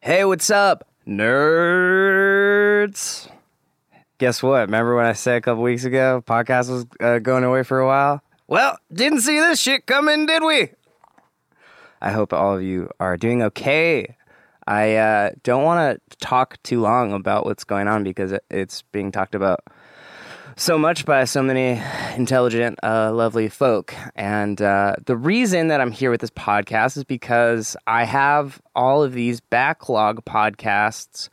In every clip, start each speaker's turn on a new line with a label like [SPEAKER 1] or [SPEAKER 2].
[SPEAKER 1] Hey, what's up, nerds? Guess what? Remember when I said a couple weeks ago podcast was uh, going away for a while? Well, didn't see this shit coming, did we? I hope all of you are doing okay. I uh, don't want to talk too long about what's going on because it- it's being talked about so much by so many intelligent, uh, lovely folk. And uh, the reason that I'm here with this podcast is because I have all of these backlog podcasts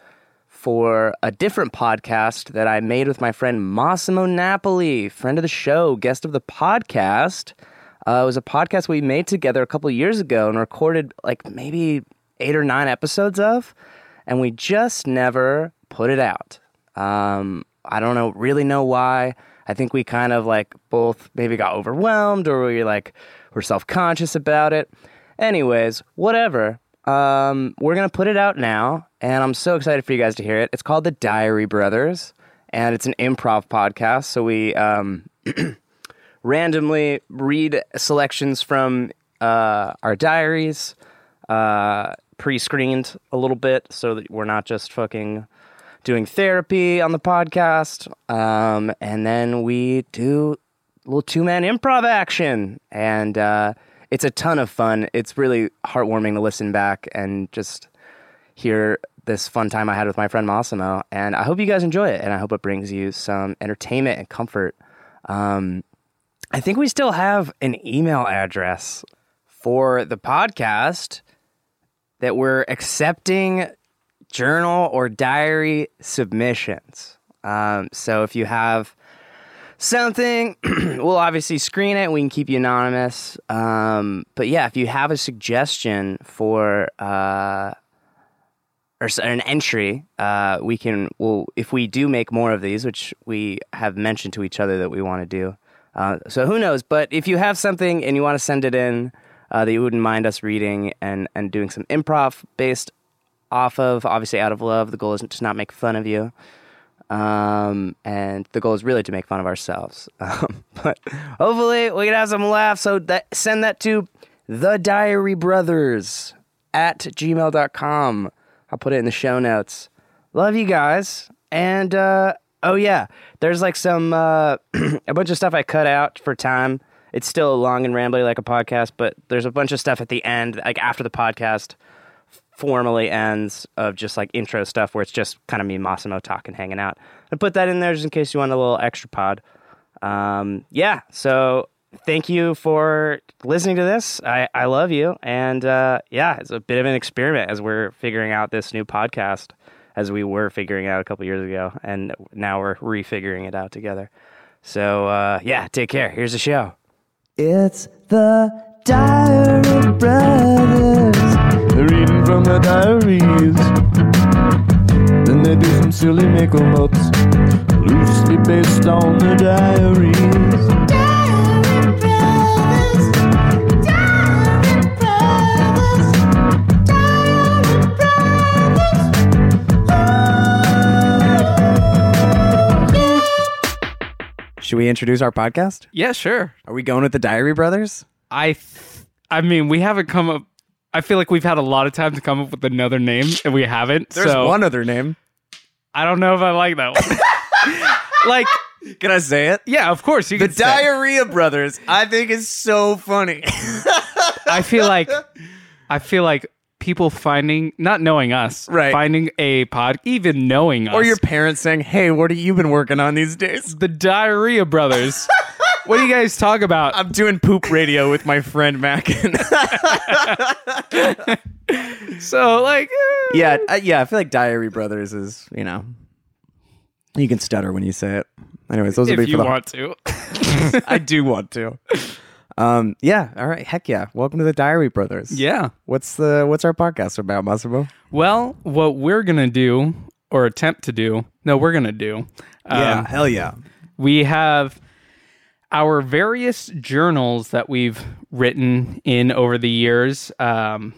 [SPEAKER 1] for a different podcast that I made with my friend Massimo Napoli, friend of the show, guest of the podcast. Uh, it was a podcast we made together a couple years ago and recorded like maybe eight or nine episodes of, and we just never put it out. Um, I don't know, really know why. I think we kind of like both maybe got overwhelmed or we like were self conscious about it. Anyways, whatever. Um, we're gonna put it out now, and I'm so excited for you guys to hear it. It's called The Diary Brothers, and it's an improv podcast. So we um, randomly read selections from uh, our diaries, uh, pre screened a little bit so that we're not just fucking doing therapy on the podcast. Um, and then we do a little two man improv action. And uh, it's a ton of fun. It's really heartwarming to listen back and just hear this fun time I had with my friend Massimo. And I hope you guys enjoy it. And I hope it brings you some entertainment and comfort. Um, I think we still have an email address for the podcast that we're accepting journal or diary submissions. Um, so if you have something, we'll obviously screen it. We can keep you anonymous. Um, but yeah, if you have a suggestion for uh, or s- an entry, uh, we can. Well, if we do make more of these, which we have mentioned to each other that we want to do, uh, so who knows? But if you have something and you want to send it in uh, that you wouldn't mind us reading and and doing some improv based off of, obviously out of love, the goal is to not make fun of you. Um, and the goal is really to make fun of ourselves. Um, but hopefully we can have some laughs. So that, send that to the diary brothers at gmail.com. I'll put it in the show notes. Love you guys. And, uh, oh yeah, there's like some, uh, a bunch of stuff I cut out for time. It's still long and rambly like a podcast, but there's a bunch of stuff at the end, like after the podcast formally ends of just like intro stuff where it's just kind of me and Massimo talking, hanging out. I put that in there just in case you want a little extra pod. Um, yeah, so thank you for listening to this. I, I love you. And uh, yeah, it's a bit of an experiment as we're figuring out this new podcast as we were figuring out a couple years ago. And now we're refiguring it out together. So uh, yeah, take care. Here's the show.
[SPEAKER 2] It's the Diary Brothers. They're reading from the diaries. Then they do some silly make-em-ups, loosely based on the diaries.
[SPEAKER 3] Should we introduce our podcast?
[SPEAKER 4] Yeah, sure.
[SPEAKER 3] Are we going with the Diary Brothers?
[SPEAKER 4] I, th- I mean, we haven't come up. I feel like we've had a lot of time to come up with another name, and we haven't.
[SPEAKER 3] There's
[SPEAKER 4] so
[SPEAKER 3] one other name.
[SPEAKER 4] I don't know if I like that one. like,
[SPEAKER 3] Can I say it?
[SPEAKER 4] yeah, of course you
[SPEAKER 3] The
[SPEAKER 4] can say-
[SPEAKER 3] Diarrhea Brothers, I think is so funny.
[SPEAKER 4] I feel like, I feel like people finding not knowing us,
[SPEAKER 3] Right.
[SPEAKER 4] Finding a pod, even knowing us,
[SPEAKER 3] or your parents saying, hey, what have you been working on these days?
[SPEAKER 4] the Diarrhea Brothers. what do you guys talk about?
[SPEAKER 3] I'm doing poop radio with my friend Mackin.
[SPEAKER 4] so like, eh,
[SPEAKER 3] yeah, I, yeah, I feel like Diary Brothers is, you know, you can stutter when you say it. Anyways, those would be
[SPEAKER 4] if
[SPEAKER 3] for
[SPEAKER 4] you
[SPEAKER 3] the
[SPEAKER 4] want to.
[SPEAKER 3] I do want to. Um, yeah, all right, heck yeah. Welcome to the Diary Brothers.
[SPEAKER 4] yeah.
[SPEAKER 3] What's the what's our podcast about, Massimo?
[SPEAKER 4] Well, what we're gonna do or attempt to do? No, we're gonna do. um,
[SPEAKER 3] hell yeah.
[SPEAKER 4] we have our various journals that we've written in over the years um,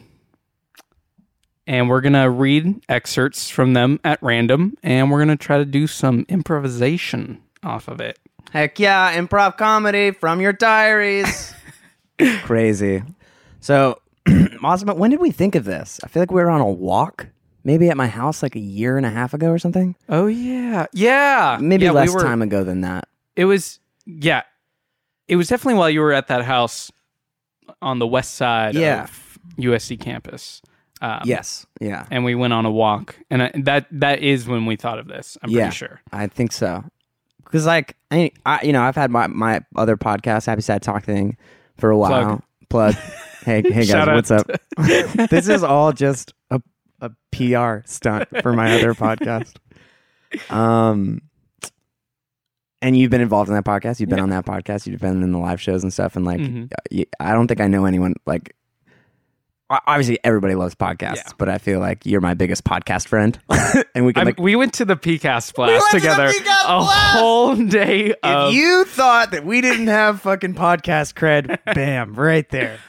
[SPEAKER 4] and we're gonna read excerpts from them at random and we're gonna try to do some improvisation off of it
[SPEAKER 1] Heck yeah, improv comedy from your diaries.
[SPEAKER 3] Crazy. So, Massimo, when did we think of this? I feel like we were on a walk, maybe at my house like a year and a half ago or something.
[SPEAKER 4] Oh yeah, yeah.
[SPEAKER 3] Maybe
[SPEAKER 4] yeah, we
[SPEAKER 3] less
[SPEAKER 4] were-
[SPEAKER 3] time ago than that.
[SPEAKER 4] It was yeah. It was definitely while you were at that house on the west side
[SPEAKER 3] Yeah.
[SPEAKER 4] of USC campus. Um,
[SPEAKER 3] yes. Yeah.
[SPEAKER 4] and we went on a walk, and I, that that is when we thought of this. I'm
[SPEAKER 3] Yeah.
[SPEAKER 4] pretty sure.
[SPEAKER 3] I think so. Because like I, I, you know, I've had my my other podcast, Happy Sad Talk thing, for a while. Plug. Hey, hey guys,
[SPEAKER 4] Shout out
[SPEAKER 3] what's up? this is all just a a PR stunt for my other podcast. Um, and you've been involved in that podcast. You've been on that podcast. You've been in the live shows and stuff. And like,
[SPEAKER 4] Mhm.
[SPEAKER 3] y- I don't think I know anyone like. o- Obviously, everybody loves podcasts,
[SPEAKER 4] Yeah.
[SPEAKER 3] but I feel like you're my biggest podcast friend, and we can
[SPEAKER 4] I
[SPEAKER 3] like
[SPEAKER 4] we went to the PCAST blast
[SPEAKER 3] went to the
[SPEAKER 4] together.
[SPEAKER 3] PCAST
[SPEAKER 4] a
[SPEAKER 3] blast!
[SPEAKER 4] whole day of
[SPEAKER 3] If you thought that we didn't have fucking podcast cred, bam, right there.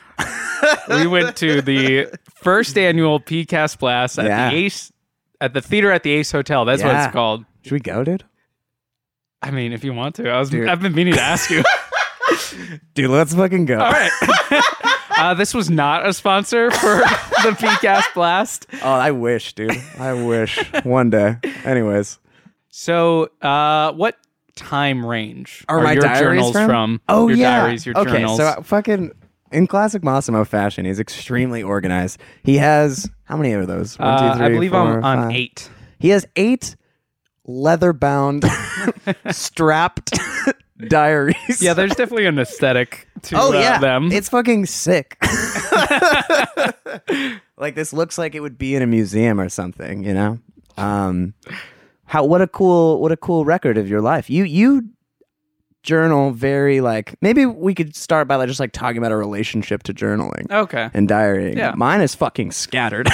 [SPEAKER 4] we went to the first annual PCAST blast at
[SPEAKER 3] Yeah.
[SPEAKER 4] the Ace at the theater at the Ace Hotel. That's what
[SPEAKER 3] Yeah.
[SPEAKER 4] it's called.
[SPEAKER 3] Should we go, dude?
[SPEAKER 4] I mean, if you want to, I was I've been meaning to ask you.
[SPEAKER 3] Dude, let's fucking go.
[SPEAKER 4] All right. uh, this was not a sponsor for the PCAST blast.
[SPEAKER 3] Oh, I wish, dude. I wish. One day. Anyways.
[SPEAKER 4] So, uh, what time range
[SPEAKER 3] Are my
[SPEAKER 4] your
[SPEAKER 3] diaries
[SPEAKER 4] journals
[SPEAKER 3] from?
[SPEAKER 4] from?
[SPEAKER 3] Oh
[SPEAKER 4] your
[SPEAKER 3] yeah.
[SPEAKER 4] diaries, your
[SPEAKER 3] okay,
[SPEAKER 4] journals.
[SPEAKER 3] so uh, fucking in classic Massimo fashion, he's extremely organized. He has how many are those? One, two,
[SPEAKER 4] Uh, I
[SPEAKER 3] three,
[SPEAKER 4] believe
[SPEAKER 3] four,
[SPEAKER 4] I'm on
[SPEAKER 3] five.
[SPEAKER 4] eight.
[SPEAKER 3] He has eight leather bound strapped diaries.
[SPEAKER 4] Yeah, there's definitely an aesthetic to
[SPEAKER 3] Oh
[SPEAKER 4] uh,
[SPEAKER 3] yeah,
[SPEAKER 4] them.
[SPEAKER 3] It's fucking sick. like this looks like it would be in a museum or something, you know. Um, how what a cool what a cool record of your life. You you journal very like maybe we could start by like, just like talking about a relationship to journaling
[SPEAKER 4] okay.
[SPEAKER 3] and diarying.
[SPEAKER 4] Oh. Yeah.
[SPEAKER 3] Mine is fucking scattered.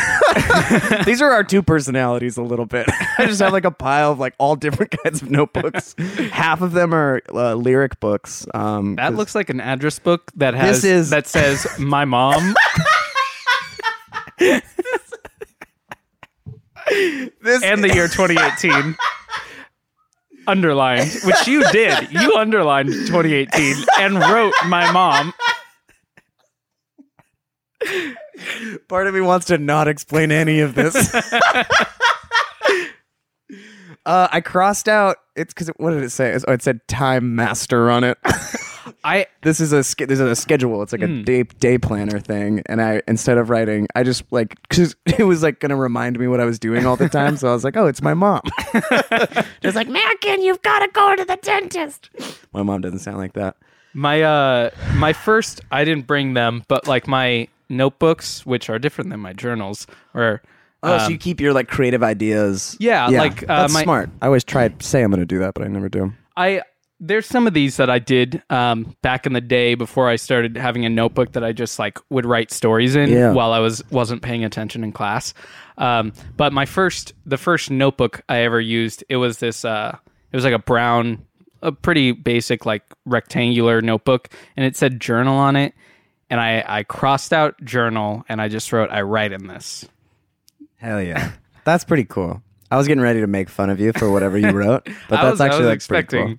[SPEAKER 3] These are our two personalities a little bit. I just have like a pile of like all different kinds of notebooks. Half of them are uh, lyric books. Um,
[SPEAKER 4] That
[SPEAKER 3] 'cause-
[SPEAKER 4] looks like an address book that has
[SPEAKER 3] This is-
[SPEAKER 4] that says my mom.
[SPEAKER 3] this
[SPEAKER 4] and the year 2018 underlined, which you did. You underlined 2018 and wrote my mom.
[SPEAKER 3] Part of me wants to not explain any of this. uh, I crossed out. It's because what did it say? It's- Oh, it said time master on it.
[SPEAKER 4] I
[SPEAKER 3] this is a sch- this is a schedule. It's like
[SPEAKER 4] Hmm.
[SPEAKER 3] a day day planner thing. And I instead of writing, I just like because it was like gonna remind me what I was doing all the time. so I was like, oh, it's my mom. just like Merkin, you've got to go to the dentist. My mom doesn't sound like that.
[SPEAKER 4] my uh my first I didn't bring them, but like my notebooks, which are different than my journals, or
[SPEAKER 3] Oh, so you keep your like creative ideas.
[SPEAKER 4] Um, Yeah, like, uh,
[SPEAKER 3] that's
[SPEAKER 4] my-
[SPEAKER 3] smart. I always try to say I'm going to do that, but I never do.
[SPEAKER 4] I there's some of these that I did um, back in the day before I started having a notebook that I just like would write stories in
[SPEAKER 3] Yeah.
[SPEAKER 4] while I was wasn't paying attention in class. Um, but my first the first notebook I ever used it was this uh, it was like a brown a pretty basic like rectangular notebook and it said journal on it and I I crossed out journal and I just wrote I write in this.
[SPEAKER 3] Hell yeah, that's pretty cool. I was getting ready to make fun of you for whatever you wrote, but
[SPEAKER 4] I
[SPEAKER 3] that's
[SPEAKER 4] was, I
[SPEAKER 3] actually
[SPEAKER 4] was
[SPEAKER 3] like pretty
[SPEAKER 4] expecting it.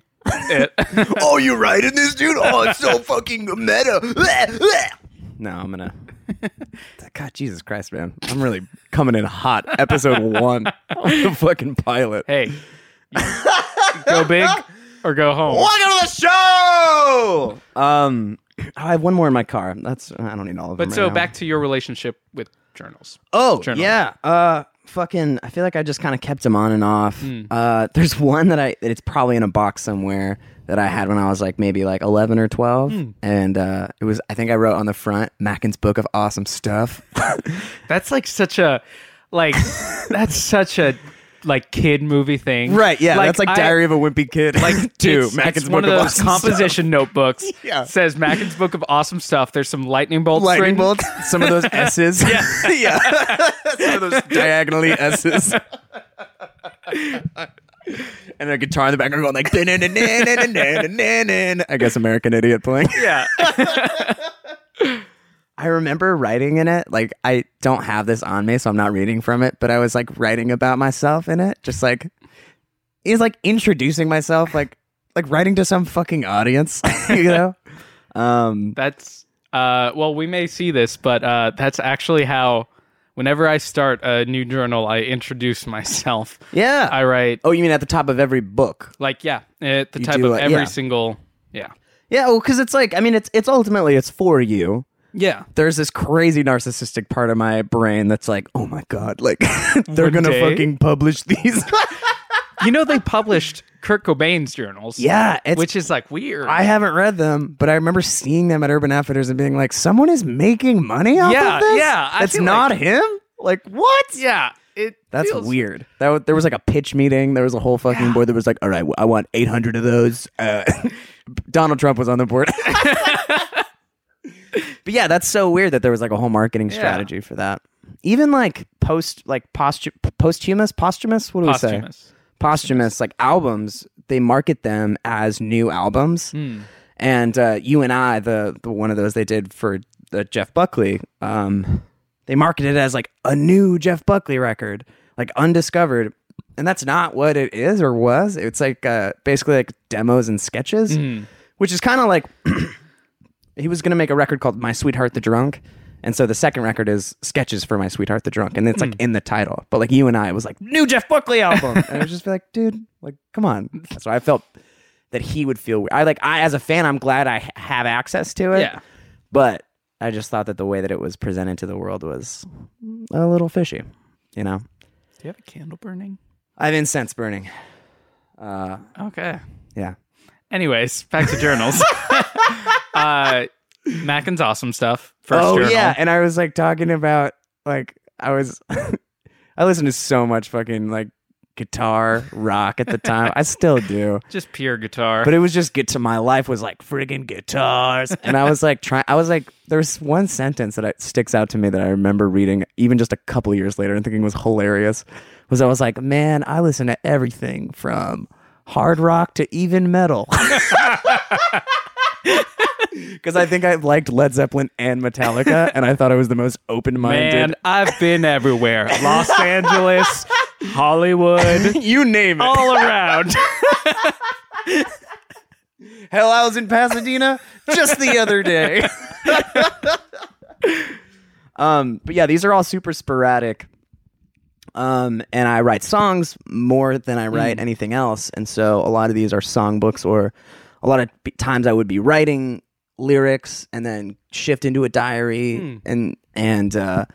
[SPEAKER 3] cool. oh, you writing this, dude? Oh, it's so fucking meta. no, I'm gonna. God, Jesus Christ, man, I'm really coming in hot. Episode one, the fucking pilot.
[SPEAKER 4] hey, go big or go home.
[SPEAKER 3] Welcome to the show. Um, I have one more in my car. That's I don't need all of
[SPEAKER 4] But
[SPEAKER 3] them. right
[SPEAKER 4] so
[SPEAKER 3] now.
[SPEAKER 4] back to your relationship with journals.
[SPEAKER 3] Oh,
[SPEAKER 4] journal.
[SPEAKER 3] yeah. Uh, fucking. I feel like I just kind of kept them on and off.
[SPEAKER 4] Hmm.
[SPEAKER 3] Uh, there's one that I. that It's probably in a box somewhere that I had when I was like maybe like 11 or 12,
[SPEAKER 4] Hmm.
[SPEAKER 3] and uh, it was. I think I wrote on the front Mackin's book of awesome stuff.
[SPEAKER 4] That's like such a like that's such a like kid movie thing. I-
[SPEAKER 3] of a Wimpy Kid. Like
[SPEAKER 4] it's- it's one of those composition notebooks.
[SPEAKER 3] Yeah.
[SPEAKER 4] Says Mackin's book of awesome stuff. There's some lightning bolts.
[SPEAKER 3] Lightning
[SPEAKER 4] written.
[SPEAKER 3] bolts, some of those S's. Yeah. Some of those diagonally S's. and a guitar in the background going like "Da-na-na-na-na-na-na-na-na." I guess American Idiot playing.
[SPEAKER 4] Yeah.
[SPEAKER 3] I remember writing in it, like I don't have this on me, so I'm not reading from it, but I was like writing about myself in it. Just like is like introducing myself, like like writing to some fucking audience, you know? Um
[SPEAKER 4] That's uh well we may see this, but uh that's actually how Whenever I start a new journal, I introduce myself.
[SPEAKER 3] Yeah.
[SPEAKER 4] I write
[SPEAKER 3] oh, you mean at the top of every book?
[SPEAKER 4] like yeah, at the type
[SPEAKER 3] do
[SPEAKER 4] of
[SPEAKER 3] like-
[SPEAKER 4] every
[SPEAKER 3] yeah.
[SPEAKER 4] single yeah.
[SPEAKER 3] Yeah, well, because it's like I mean, it's it's ultimately it's for you.
[SPEAKER 4] Yeah.
[SPEAKER 3] There's this crazy narcissistic part of my brain that's like, oh my god, like they're
[SPEAKER 4] One
[SPEAKER 3] gonna
[SPEAKER 4] day.
[SPEAKER 3] fucking publish these.
[SPEAKER 4] You know they published Kurt Cobain's journals.
[SPEAKER 3] yeah, it's
[SPEAKER 4] Which is like weird.
[SPEAKER 3] I haven't read them, but I remember seeing them at Urban Outfitters and being like, someone is making money off
[SPEAKER 4] Yeah,
[SPEAKER 3] of this.
[SPEAKER 4] yeah, I
[SPEAKER 3] that's
[SPEAKER 4] feel
[SPEAKER 3] not
[SPEAKER 4] like-
[SPEAKER 3] him. Like what?
[SPEAKER 4] yeah. It
[SPEAKER 3] That's
[SPEAKER 4] feels-
[SPEAKER 3] weird. That w- there was like a pitch meeting. There was a whole fucking board that was like, "All right, I want 800 of those." Uh, Donald Trump was on the board. but yeah, that's so weird that there was like a whole marketing strategy for that. Even like post, like postu- posthumous, posthumous. What do we say?
[SPEAKER 4] posthumous.
[SPEAKER 3] Posthumous, like albums. They market them as new albums.
[SPEAKER 4] Hmm.
[SPEAKER 3] And uh, you and I, the the one of those they did for the Jeff Buckley, um, they marketed it as like a new Jeff Buckley record, like undiscovered, and that's not what it is or was. It's like uh, basically like demos and sketches, which is kind of like he was going to make a record called My Sweetheart the Drunk. And so the second record is sketches for my sweetheart the drunk, and it's like in the title. But like you and I was like new Jeff Buckley album, and I was just like, dude, like come on. That's why I felt that he would feel weird. I like I as a fan, I'm glad I h- have access to it.
[SPEAKER 4] Yeah.
[SPEAKER 3] But I just thought that the way that it was presented to the world was a little fishy, you know.
[SPEAKER 4] Do you have a candle burning?
[SPEAKER 3] I have incense burning. Uh,
[SPEAKER 4] Okay.
[SPEAKER 3] Yeah.
[SPEAKER 4] Anyways, back to journals. uh Mackin's awesome stuff. First
[SPEAKER 3] oh
[SPEAKER 4] journal.
[SPEAKER 3] yeah, and I was like talking about like I was I listened to so much fucking like guitar rock at the time. I still do.
[SPEAKER 4] Just pure guitar.
[SPEAKER 3] But it was just get to my life was like friggin' guitars. And I was like trying I was like there's one sentence that I, sticks out to me that I remember reading even just a couple years later and thinking was hilarious was I was like, "Man, I listen to everything from hard rock to even metal." Cuz I think I liked Led Zeppelin and Metallica and I thought I was the most
[SPEAKER 4] Man,
[SPEAKER 3] open-minded.
[SPEAKER 4] I've been everywhere. Los Angeles, Hollywood,
[SPEAKER 3] you name it.
[SPEAKER 4] all around.
[SPEAKER 3] Hell, I was in Pasadena just the other day. um, but yeah, these are all super sporadic. Um, and I write songs more than I write anything else, and so a lot of these are songbooks, or a lot of b- times I would be writing lyrics and then shift into a diary, and and uh,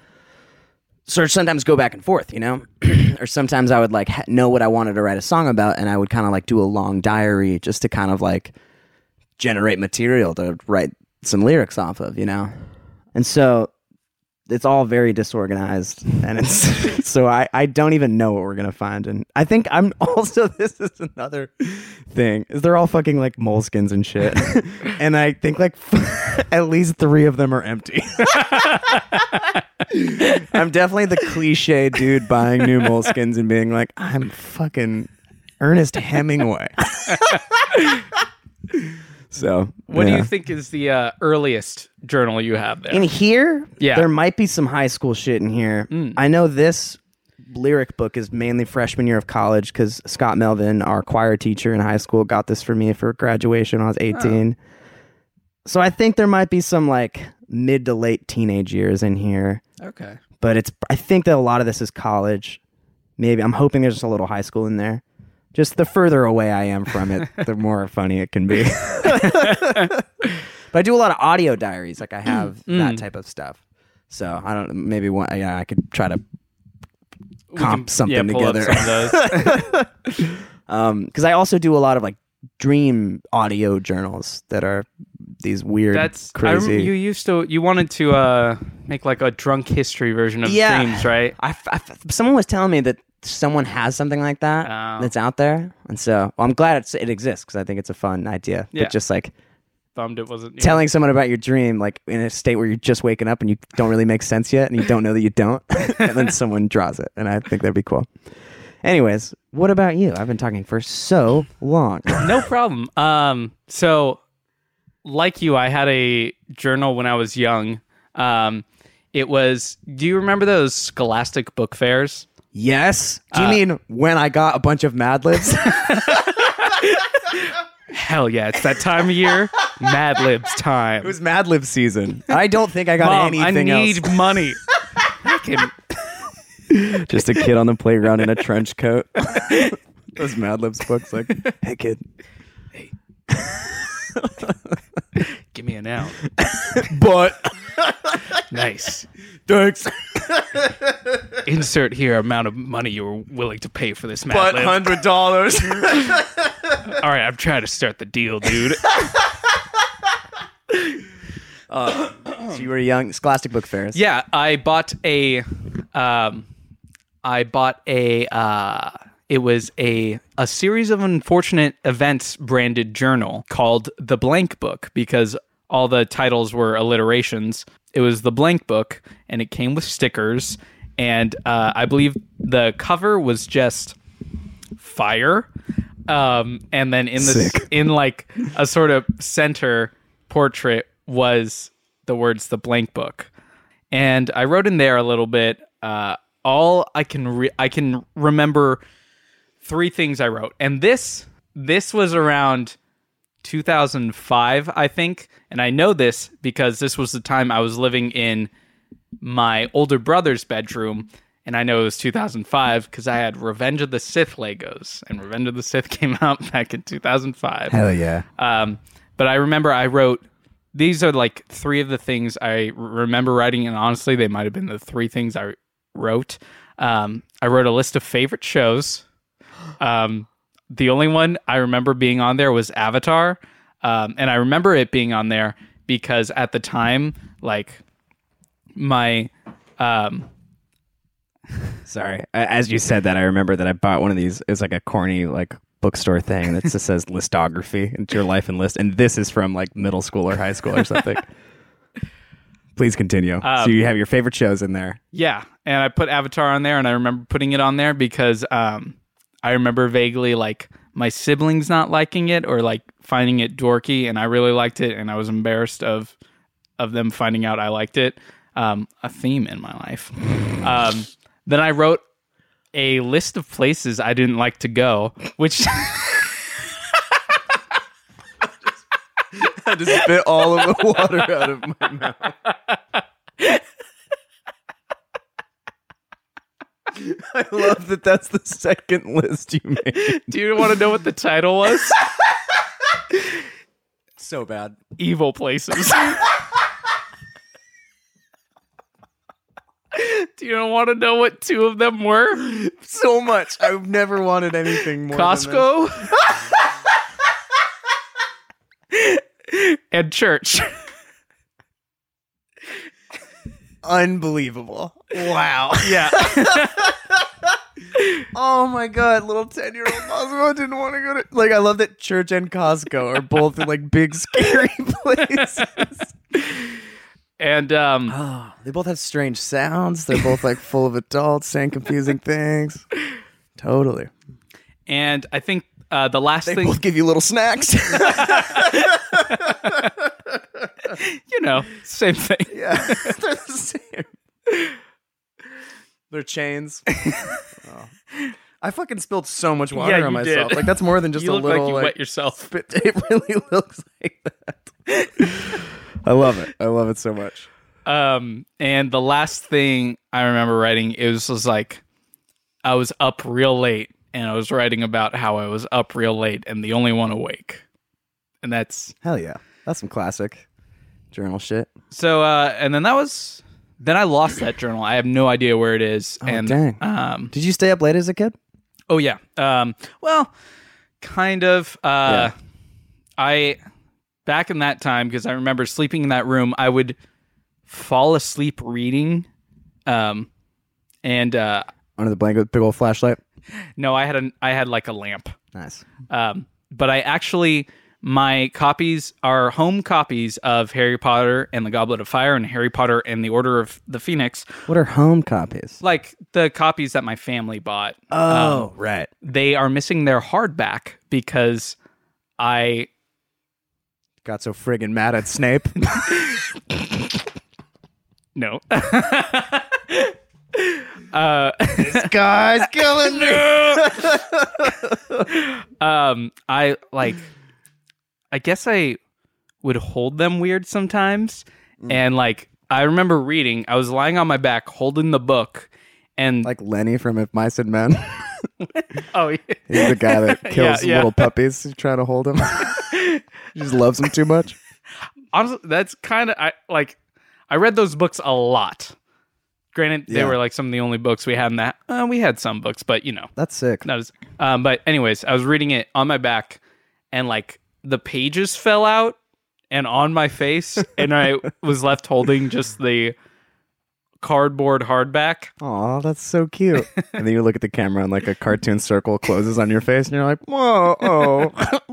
[SPEAKER 3] so sometimes go back and forth, you know, or sometimes I would like ha- know what I wanted to write a song about, and I would kind of like do a long diary just to kind of like generate material to write some lyrics off of, you know, and so it's all very disorganized, and it's so I I don't even know what we're gonna find, and I think I'm also this is another thing is they're all fucking like moleskins and shit, and I think like at least three of them are empty. I'm definitely the cliche dude buying new moleskins and being like, I'm fucking Ernest Hemingway. so
[SPEAKER 4] What do
[SPEAKER 3] yeah.
[SPEAKER 4] you think is the uh, earliest journal you have there?
[SPEAKER 3] in here?
[SPEAKER 4] Yeah.
[SPEAKER 3] there might be some high school shit in here. I know this lyric book is mainly freshman year of college because Scott Melvin, our choir teacher in high school, got this for me for graduation when I was 18. So I think there might be some like mid to late teenage years in here
[SPEAKER 4] okay.
[SPEAKER 3] but it's I think that a lot of this is college. Maybe I'm hoping there's just a little high school in there. Just the further away I am from it, the more funny it can be. but I do a lot of audio diaries, like I have
[SPEAKER 4] Mm.
[SPEAKER 3] that type of stuff. So I don't maybe one yeah, I could try to comp something
[SPEAKER 4] yeah, pull
[SPEAKER 3] together.
[SPEAKER 4] Up some of those.
[SPEAKER 3] Um cuz I also do a lot of like dream audio journals that are these weird
[SPEAKER 4] That's I rem-
[SPEAKER 3] crazy
[SPEAKER 4] you used to you wanted to uh, make like a drunk history version of
[SPEAKER 3] Yeah.
[SPEAKER 4] dreams, right?
[SPEAKER 3] I, f- I f- someone was telling me that someone has something like that
[SPEAKER 4] Oh.
[SPEAKER 3] that's out there, and so well, I'm glad it's, it exists because I think it's a fun idea.
[SPEAKER 4] Yeah.
[SPEAKER 3] But just like
[SPEAKER 4] Bummed it wasn't. you.
[SPEAKER 3] telling someone about your dream, like in a state where you're just waking up and you don't really make sense yet, and you don't know that you don't, and then someone draws it, and I think that'd be cool. Anyways, what about you? I've been talking for so long.
[SPEAKER 4] no problem. Um, so like you, I had a journal when I was young. Um, it was. Do you remember those Scholastic book fairs?
[SPEAKER 3] yes. Do you mean when I got a bunch of Mad Libs?
[SPEAKER 4] Hell yeah! It's that time of year. Mad Libs time.
[SPEAKER 3] it was Mad Lib season. I don't think I got
[SPEAKER 4] Mom, I
[SPEAKER 3] anything else.
[SPEAKER 4] need money. fucking
[SPEAKER 3] Just a kid on the playground in a trench coat. Those Mad Libs books, like, hey kid,
[SPEAKER 4] give me an out.
[SPEAKER 3] but
[SPEAKER 4] Nice.
[SPEAKER 3] thanks,
[SPEAKER 4] Insert here amount of money you were willing to pay for this Mad
[SPEAKER 3] but
[SPEAKER 4] Lib.
[SPEAKER 3] hundred dollars.
[SPEAKER 4] All right, I'm trying to start the deal, dude.
[SPEAKER 3] you were young, Scholastic Book Fairs.
[SPEAKER 4] yeah, I bought a, um, I bought a. Uh, it was a a series of unfortunate events branded journal called the Blank Book because all the titles were alliterations. It was the Blank Book, and it came with stickers, and uh, I believe the cover was just fire. Um, and then in the in like a sort of center portrait was the words the blank book. And I wrote in there a little bit. Uh, all I can re- I can remember three things I wrote, and this this was around 2005, I think, and I know this because this was the time I was living in my older brother's bedroom, and I know it was 2005 because I had Revenge of the Sith Legos, and Revenge of the Sith came out back in 2005.
[SPEAKER 1] Hell yeah.
[SPEAKER 4] Um, but I remember I wrote these are like three of the things I r- remember writing, and honestly, they might have been the three things I wrote. Um, I wrote a list of favorite shows. Um, the only one I remember being on there was Avatar, um, and I remember it being on there because at the time, like my um,
[SPEAKER 1] Sorry. I- As you said that, I remember that I bought one of these. It's like a corny like bookstore thing that just says listography. It's your life and list. And this is from like middle school or high school or something. Please continue. so you have your favorite shows in there.
[SPEAKER 4] Yeah, and I put Avatar on there, and I remember putting it on there because um, I remember vaguely like my siblings not liking it or like finding it dorky, and I really liked it, and I was embarrassed of of them finding out I liked it. Um, a theme in my life. Um, then I wrote a list of places I didn't like to go, which
[SPEAKER 3] I just spit all of the water out of my mouth. I love that. That's the second list you made.
[SPEAKER 4] do you want to know what the title was?
[SPEAKER 3] So bad.
[SPEAKER 4] evil places. Do you want to know what two of them were?
[SPEAKER 3] So much. I've never wanted anything more. than this.
[SPEAKER 4] Costco and church.
[SPEAKER 3] Unbelievable. Wow.
[SPEAKER 4] Yeah.
[SPEAKER 3] Oh my god, little ten year old Cosmo didn't want to go to like I love that church and Costco are both like big scary places.
[SPEAKER 4] and um
[SPEAKER 3] Oh, they both have strange sounds. They're both like full of adults saying confusing things. Totally.
[SPEAKER 4] and I think uh, the last
[SPEAKER 3] They
[SPEAKER 4] thing
[SPEAKER 3] both give you little snacks.
[SPEAKER 4] you know, same thing.
[SPEAKER 3] yeah. They're the same. They're chains. Oh. I fucking spilled so much water
[SPEAKER 4] Yeah,
[SPEAKER 3] on
[SPEAKER 4] you did.
[SPEAKER 3] myself. Like that's more than just
[SPEAKER 4] you
[SPEAKER 3] a
[SPEAKER 4] look
[SPEAKER 3] little
[SPEAKER 4] like you
[SPEAKER 3] like,
[SPEAKER 4] wet yourself.
[SPEAKER 3] but it really looks like that. I love it. I love it so much.
[SPEAKER 4] Um, and the last thing I remember writing it was, was like I was up real late, and I was writing about how I was up real late and the only one awake, and that's
[SPEAKER 3] Hell yeah. That's some classic journal shit.
[SPEAKER 4] so. Uh, and then that was then I lost that journal. I have no idea where it is. and
[SPEAKER 3] dang.
[SPEAKER 4] um,
[SPEAKER 3] Did you stay up late as a kid?
[SPEAKER 4] oh yeah. Um, well, kind of. Uh, I back in that time because I remember sleeping in that room. I would fall asleep reading, um, and uh.
[SPEAKER 3] Under the blanket with big old flashlight.
[SPEAKER 4] No, I had an I had like a lamp.
[SPEAKER 3] Nice.
[SPEAKER 4] Um, but I actually my copies are home copies of Harry Potter and the Goblet of Fire and Harry Potter and the Order of the Phoenix,
[SPEAKER 3] What are home copies?
[SPEAKER 4] like the copies that my family bought.
[SPEAKER 3] Oh, right.
[SPEAKER 4] They are missing their hardback because I
[SPEAKER 3] Got so friggin' mad at Snape.
[SPEAKER 4] no.
[SPEAKER 3] this guy's killing me.
[SPEAKER 4] um i like i guess i would hold them weird sometimes and like I remember reading. I was lying on my back holding the book, and
[SPEAKER 3] Like Lenny from If Mice and Men.
[SPEAKER 4] oh, yeah.
[SPEAKER 3] He's the guy that kills
[SPEAKER 4] yeah.
[SPEAKER 3] little puppies trying to hold him. he just loves them too much.
[SPEAKER 4] honestly, that's kind of I like. I read those books a lot. Granted, they
[SPEAKER 3] Yeah.
[SPEAKER 4] were like some of the only books we had in that. Uh, we had some books, but you know,
[SPEAKER 3] That's sick.
[SPEAKER 4] not as. Um, but anyways, I was reading it on my back, and like the pages fell out and on my face, and I was left holding just the cardboard hardback.
[SPEAKER 3] Aw, that's so cute. and then you look at the camera and like a cartoon circle closes on your face and you're like, whoa,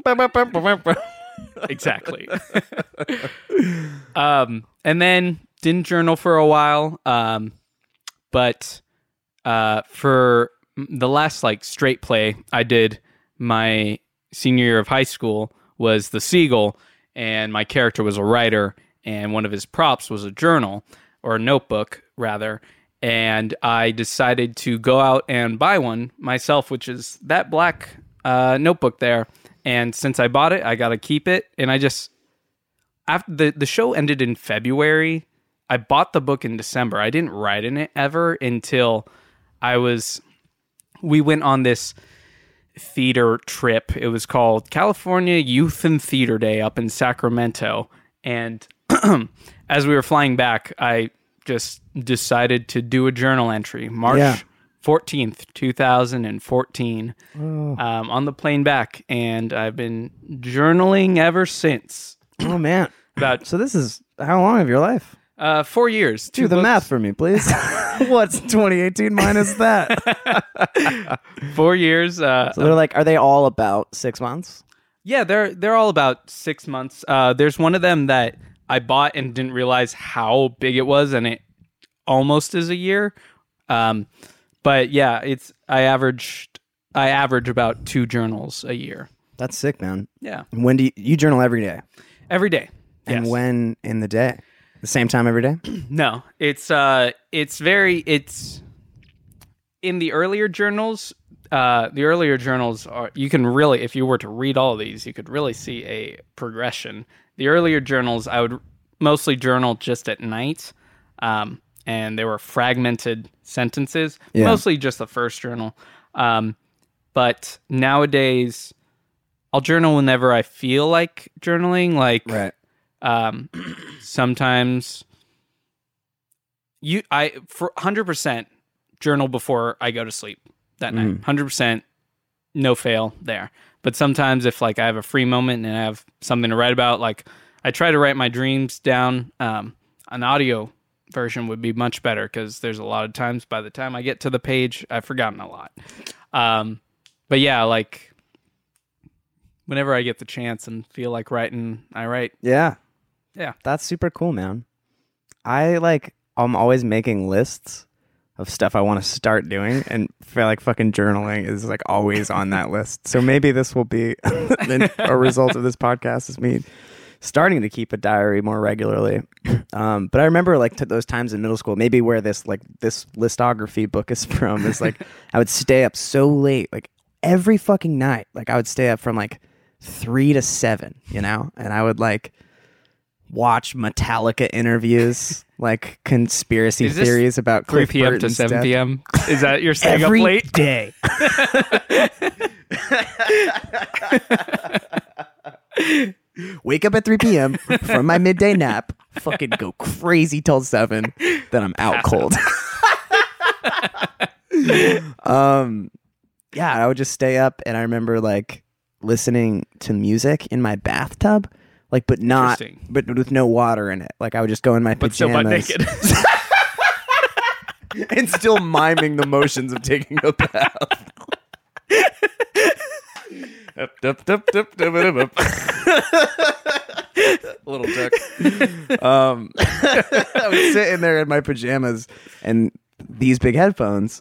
[SPEAKER 3] oh.
[SPEAKER 4] exactly. um, and then didn't journal for a while. Um, but uh, for the last like straight play I did my senior year of high school was the seagull, and my character was a writer, and one of his props was a journal or a notebook rather. And I decided to go out and buy one myself, which is that black uh, notebook there. And since I bought it, I got to keep it. And I just after the the show ended in February, I bought the book in December. I didn't write in it ever until I was we went on this theater trip. It was called California Youth and Theater Day up in Sacramento. And as we were flying back, I just decided to do a journal entry. March
[SPEAKER 3] Yeah.
[SPEAKER 4] 14th, 2014,
[SPEAKER 3] Oh.
[SPEAKER 4] um, on the plane back. And I've been journaling ever since.
[SPEAKER 3] oh, man.
[SPEAKER 4] About
[SPEAKER 3] So this is how long of your life?
[SPEAKER 4] uh, four years.
[SPEAKER 3] Do
[SPEAKER 4] Two
[SPEAKER 3] the
[SPEAKER 4] books,
[SPEAKER 3] math for me, please. What's 2018 minus that?
[SPEAKER 4] Four years. Uh,
[SPEAKER 3] So they're like, are they all about six months?
[SPEAKER 4] yeah, they're they're all about six months. Uh, there's one of them that I bought and didn't realize how big it was, and it almost is a year. Um, but yeah, it's I averaged I average about two journals a year.
[SPEAKER 3] That's sick, man.
[SPEAKER 4] Yeah,
[SPEAKER 3] And When do you, you journal every day?
[SPEAKER 4] every day.
[SPEAKER 3] And
[SPEAKER 4] Yes.
[SPEAKER 3] when in the day? The same time every day?
[SPEAKER 4] No, it's uh, it's very it's in the earlier journals. Uh, the earlier journals are you can really, if you were to read all these, you could really see a progression. The earlier journals, I would mostly journal just at night, um, and they were fragmented sentences,
[SPEAKER 3] Yeah.
[SPEAKER 4] mostly just the first journal. Um, but nowadays, I'll journal whenever I feel like journaling, like um sometimes you i for 100% journal before i go to sleep that night 100% no fail there but sometimes if like i have a free moment and i have something to write about like i try to write my dreams down um an audio version would be much better because there's a lot of times by the time i get to the page i've forgotten a lot um but yeah like whenever i get the chance and feel like writing i write
[SPEAKER 3] Yeah.
[SPEAKER 4] Yeah.
[SPEAKER 3] That's super cool, man. I like I'm always making lists of stuff I want to start doing and feel like fucking journaling is like always on that list. So maybe this will be a result of this podcast is me starting to keep a diary more regularly. Um, but I remember like to those times in middle school, maybe where this like this listography book is from is like I would stay up so late, like every fucking night. Like I would stay up from like three to seven, you know, and I would like watch Metallica interviews, like conspiracy
[SPEAKER 4] Is this
[SPEAKER 3] theories about
[SPEAKER 4] 3
[SPEAKER 3] Cliff
[SPEAKER 4] p.m. to
[SPEAKER 3] Burton's
[SPEAKER 4] 7
[SPEAKER 3] death.
[SPEAKER 4] p.m. Is that you're staying
[SPEAKER 3] Every
[SPEAKER 4] up late?
[SPEAKER 3] day. Wake up at 3 p.m. from my midday nap, fucking go crazy till 7, then I'm out cold. um yeah, I would just stay up and I remember like listening to music in my bathtub, like but not
[SPEAKER 4] Interesting.
[SPEAKER 3] but with no water in it. Like I would just go in my
[SPEAKER 4] But still butt
[SPEAKER 3] pajamas
[SPEAKER 4] naked.
[SPEAKER 3] and still miming the motions of taking a bath. Up, up, up, up, up, up, up. Little duck. Um, I would sit in there in my pajamas and these big headphones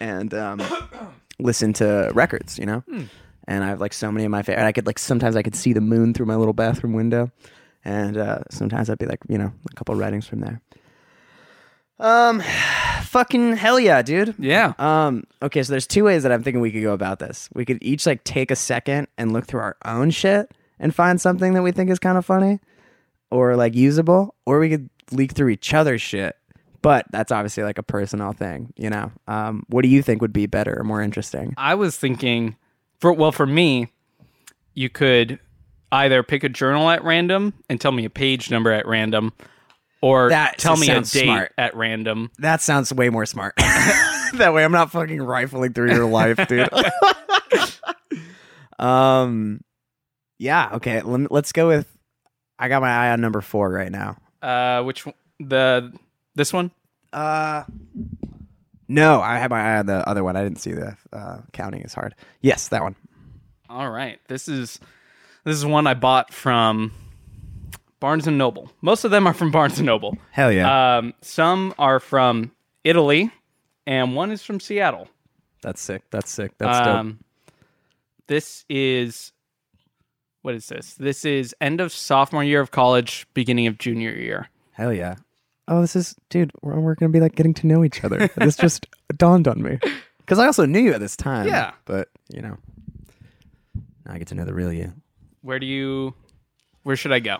[SPEAKER 3] and um, listen to records, you know? And I have like so many of my favorite. I could like sometimes I could see the moon through my little bathroom window. And uh, sometimes I'd be like, you know, a couple writings from there. Um, fucking hell yeah, dude.
[SPEAKER 4] yeah.
[SPEAKER 3] Um, okay, so there's two ways that I'm thinking we could go about this. We could each like take a second and look through our own shit and find something that we think is kind of funny. or like usable, or we could leak through each other's shit. But that's obviously like a personal thing, you know. Um, what do you think would be better or more interesting?
[SPEAKER 4] I was thinking, for well, for me, you could either pick a journal at random and tell me a page number at random, or
[SPEAKER 3] That
[SPEAKER 4] tell me a date
[SPEAKER 3] sounds smart.
[SPEAKER 4] at random.
[SPEAKER 3] That sounds way more smart. that way, I'm not fucking rifling through your life, dude. um, yeah, okay. Let me, let's go with. I got my eye on number four right now.
[SPEAKER 4] Uh, which one- the this one?
[SPEAKER 3] Uh, no, I had my eye on the other one. I didn't see the uh, counting is hard. Yes, that one.
[SPEAKER 4] All right, this is this is one I bought from Barnes and Noble. Most of them are from Barnes and Noble.
[SPEAKER 1] Hell yeah.
[SPEAKER 4] Um, some are from Italy, and one is from Seattle.
[SPEAKER 3] That's sick. That's sick. That's dope.
[SPEAKER 4] Um, this is what is this? This is end of sophomore year of college, beginning of junior year.
[SPEAKER 3] Hell yeah. Oh, this is, dude. We're, we're gonna be like getting to know each other. this just dawned on me because I also knew you at this time.
[SPEAKER 4] Yeah.
[SPEAKER 3] but you know, now I get to know the real you.
[SPEAKER 4] Where do you? Where should I go?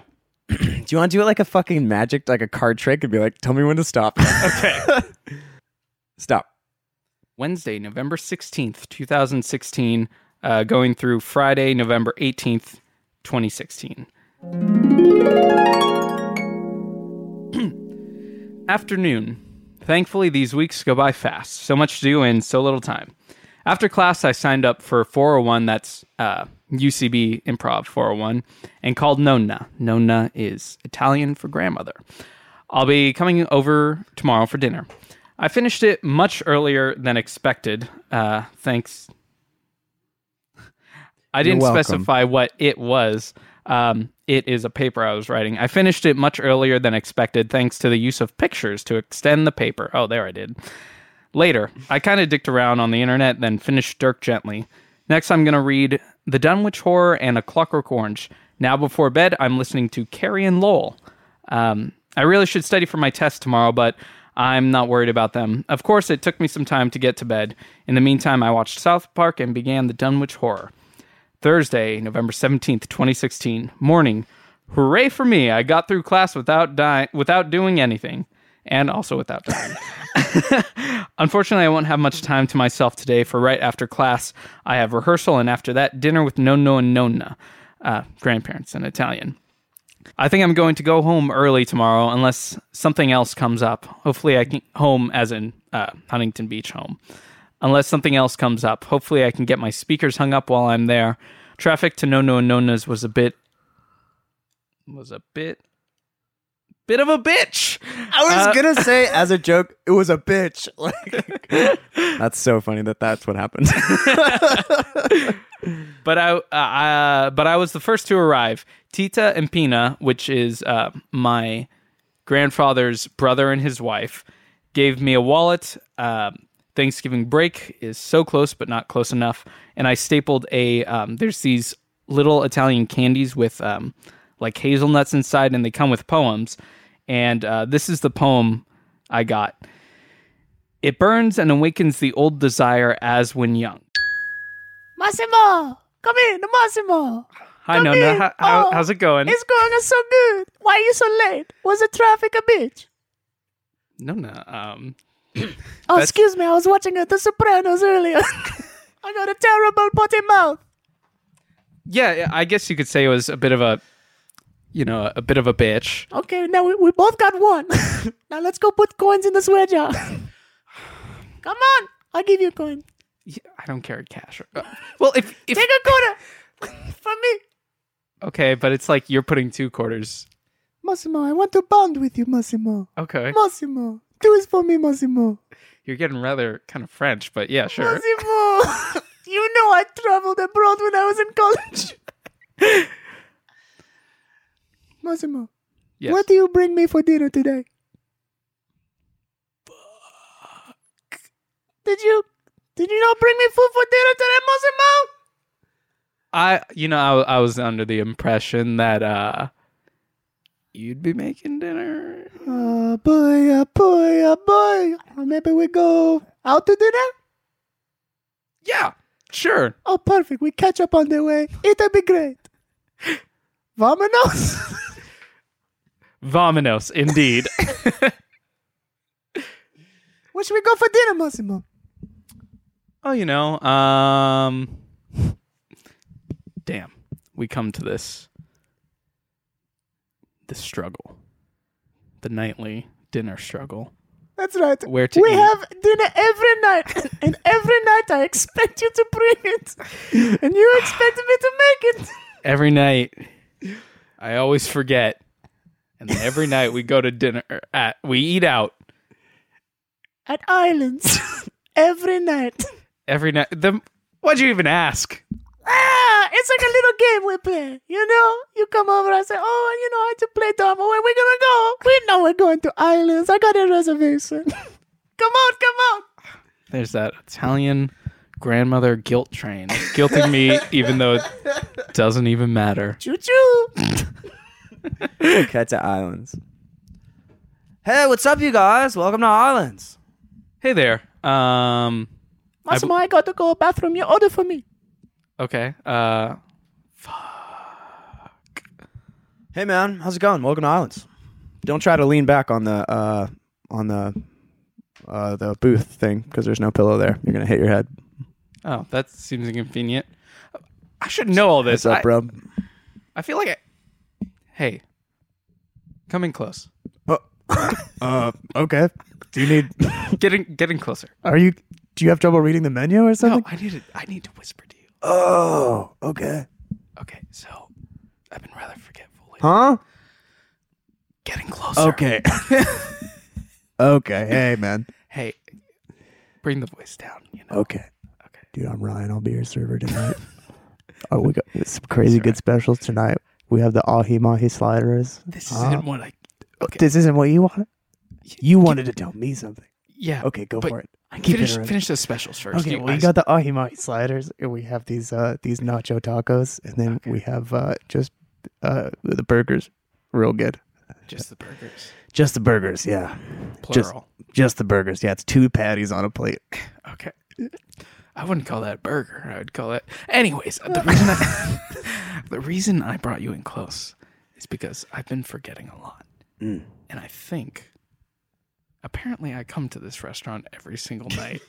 [SPEAKER 3] Do you want to do it like a fucking magic, like a card trick, and be like, "Tell me when to stop."
[SPEAKER 4] Okay.
[SPEAKER 3] stop.
[SPEAKER 4] Wednesday, November 16th, 2016, uh, going through Friday, November 18th, 2016. Afternoon. Thankfully, these weeks go by fast. So much to do in so little time. After class, I signed up for 401, that's uh, UCB Improv 401, and called Nonna. Nonna is Italian for grandmother. I'll be coming over tomorrow for dinner. I finished it much earlier than expected. Uh, thanks. I didn't
[SPEAKER 3] welcome.
[SPEAKER 4] specify what it was. Um, it is a paper I was writing. I finished it much earlier than expected, thanks to the use of pictures to extend the paper. Oh, there I did. Later, I kind of dicked around on the internet, then finished Dirk Gently. Next, I'm going to read The Dunwich Horror and A Clockwork Orange. Now, before bed, I'm listening to Carrie and Lowell. Um, I really should study for my test tomorrow, but I'm not worried about them. Of course, it took me some time to get to bed. In the meantime, I watched South Park and began The Dunwich Horror. Thursday, November 17th, 2016. Morning. Hooray for me. I got through class without dying without doing anything and also without dying. Unfortunately, I won't have much time to myself today for right after class, I have rehearsal and after that dinner with Nonno and Nonna, uh, grandparents in Italian. I think I'm going to go home early tomorrow unless something else comes up. Hopefully, I can home as in uh, Huntington Beach home. Unless something else comes up. Hopefully, I can get my speakers hung up while I'm there. Traffic to Nono and Nona's was a bit was a bit bit of a bitch.
[SPEAKER 3] I was gonna say as a joke, it was a bitch. Like, that's so funny that that's what happened.
[SPEAKER 4] But I, uh, uh, but I was the first to arrive. Tita and Pina, which is uh, my grandfather's brother and his wife, gave me a wallet. Um, Thanksgiving break is so close, but not close enough. And I stapled a. Um, there's these little Italian candies with um, like hazelnuts inside, and they come with poems. And uh, this is the poem I got. It burns and awakens the old desire as when young.
[SPEAKER 2] Massimo! Come in, Massimo!
[SPEAKER 4] Hi, Nona. How, how,
[SPEAKER 2] Oh,
[SPEAKER 4] how's it going?
[SPEAKER 2] It's going so good! Why are you so late? Was the traffic a bitch?
[SPEAKER 4] No, no. Um,
[SPEAKER 2] Oh, excuse me, I was watching uh, The Sopranos earlier. I got a terrible potty mouth.
[SPEAKER 4] yeah, yeah, I guess you could say it was a bit of a, you know, a bit of a bitch.
[SPEAKER 2] Okay, now we, we both got one. now let's go put coins in the swear jar. Come on, I'll give you a coin.
[SPEAKER 4] Yeah, I don't carry cash. Uh, well, if, if
[SPEAKER 2] Take a quarter from me.
[SPEAKER 4] okay, but it's like you're putting two quarters.
[SPEAKER 2] Massimo, I want to bond with you, Massimo.
[SPEAKER 4] Okay,
[SPEAKER 2] Massimo, do it for me, Massimo.
[SPEAKER 4] you're getting rather kind of French, but yeah, sure.
[SPEAKER 2] Massimo, you know I traveled abroad when I was in college. Massimo,
[SPEAKER 4] Yes.
[SPEAKER 2] what do you bring me for dinner today? Did you did you not bring me food for dinner today, Massimo?
[SPEAKER 4] I, you know, I, I was under the impression that uh, you'd be making dinner.
[SPEAKER 2] Oh boy, oh boy, oh boy. Uh, Maybe we go out to dinner?
[SPEAKER 4] Yeah, sure.
[SPEAKER 2] Oh, perfect. We catch up on the way. It'll be great. Vamonos.
[SPEAKER 4] Vominos, indeed.
[SPEAKER 2] Where should we go for dinner, Massimo?
[SPEAKER 4] oh, you know, um, damn, we come to this, this struggle, the nightly dinner struggle.
[SPEAKER 2] That's right.
[SPEAKER 4] Where to
[SPEAKER 2] we
[SPEAKER 4] eat?
[SPEAKER 2] have dinner every night, and every night I expect you to bring it, and you expect me to make it.
[SPEAKER 4] Every night, I always forget, and then every night we go to dinner at we eat out
[SPEAKER 2] At Islands, every night.
[SPEAKER 4] every night. The why'd you even ask?
[SPEAKER 2] Ah, it's like a little game we play. You know, you come over and say, "Oh, you know, I just play dumb. Where we gonna go? We know we're going to Islands. I got a reservation. come on, come on."
[SPEAKER 4] There's that Italian grandmother guilt train guilting me, even though it doesn't even matter.
[SPEAKER 2] Choo choo.
[SPEAKER 1] Cut to islands. Hey, what's up, you guys? Welcome to Islands.
[SPEAKER 4] Hey there. Um.
[SPEAKER 2] Massimo, I got to go bathroom. You order for me.
[SPEAKER 4] Okay. Uh.
[SPEAKER 3] Hey man, how's it going? Welcome to Islands. Don't try to lean back on the uh on the uh the booth thing because there's no pillow there. You're gonna hit your head.
[SPEAKER 4] Oh, that seems inconvenient. I should know all this.
[SPEAKER 3] What's up,
[SPEAKER 4] I-
[SPEAKER 3] bro?
[SPEAKER 4] I feel like I. Hey. Come in close.
[SPEAKER 3] Oh. Uh, okay. Do you need?
[SPEAKER 4] Get in. Get in closer.
[SPEAKER 3] Are you? Do you have trouble reading the menu or
[SPEAKER 4] No,
[SPEAKER 3] something?
[SPEAKER 4] I need to. I need to whisper to you.
[SPEAKER 3] Oh, okay.
[SPEAKER 4] Okay. So, I've been rather forgetful. lately.
[SPEAKER 3] Huh?
[SPEAKER 4] Getting closer.
[SPEAKER 3] Okay. okay. Hey, man.
[SPEAKER 4] Hey. Bring the voice down. You know.
[SPEAKER 3] Okay.
[SPEAKER 4] Okay.
[SPEAKER 3] Dude, I'm Ryan. I'll be your server tonight. oh, we got some crazy good specials tonight. We have the ahi mahi sliders.
[SPEAKER 4] This
[SPEAKER 3] Uh,
[SPEAKER 4] isn't what I. Okay.
[SPEAKER 3] This isn't what you wanted. You wanted to tell me something.
[SPEAKER 4] yeah.
[SPEAKER 3] Okay, go
[SPEAKER 4] but
[SPEAKER 3] for it.
[SPEAKER 4] I
[SPEAKER 3] Keep
[SPEAKER 4] finish.
[SPEAKER 3] interrupting.
[SPEAKER 4] Finish those specials first.
[SPEAKER 3] Okay,
[SPEAKER 4] you
[SPEAKER 3] we
[SPEAKER 4] guys.
[SPEAKER 3] got the ahi mahi sliders, and we have these uh these nacho tacos, and then we have uh just uh the burgers, real good.
[SPEAKER 4] just the burgers.
[SPEAKER 3] Just the burgers, yeah.
[SPEAKER 4] Plural.
[SPEAKER 3] Just the burgers, yeah. It's two patties on a plate.
[SPEAKER 4] Okay. I wouldn't call that a burger. I would call it. Anyways, the reason I, the reason I brought you in close is because I've been forgetting a lot, and I think apparently I come to this restaurant every single night.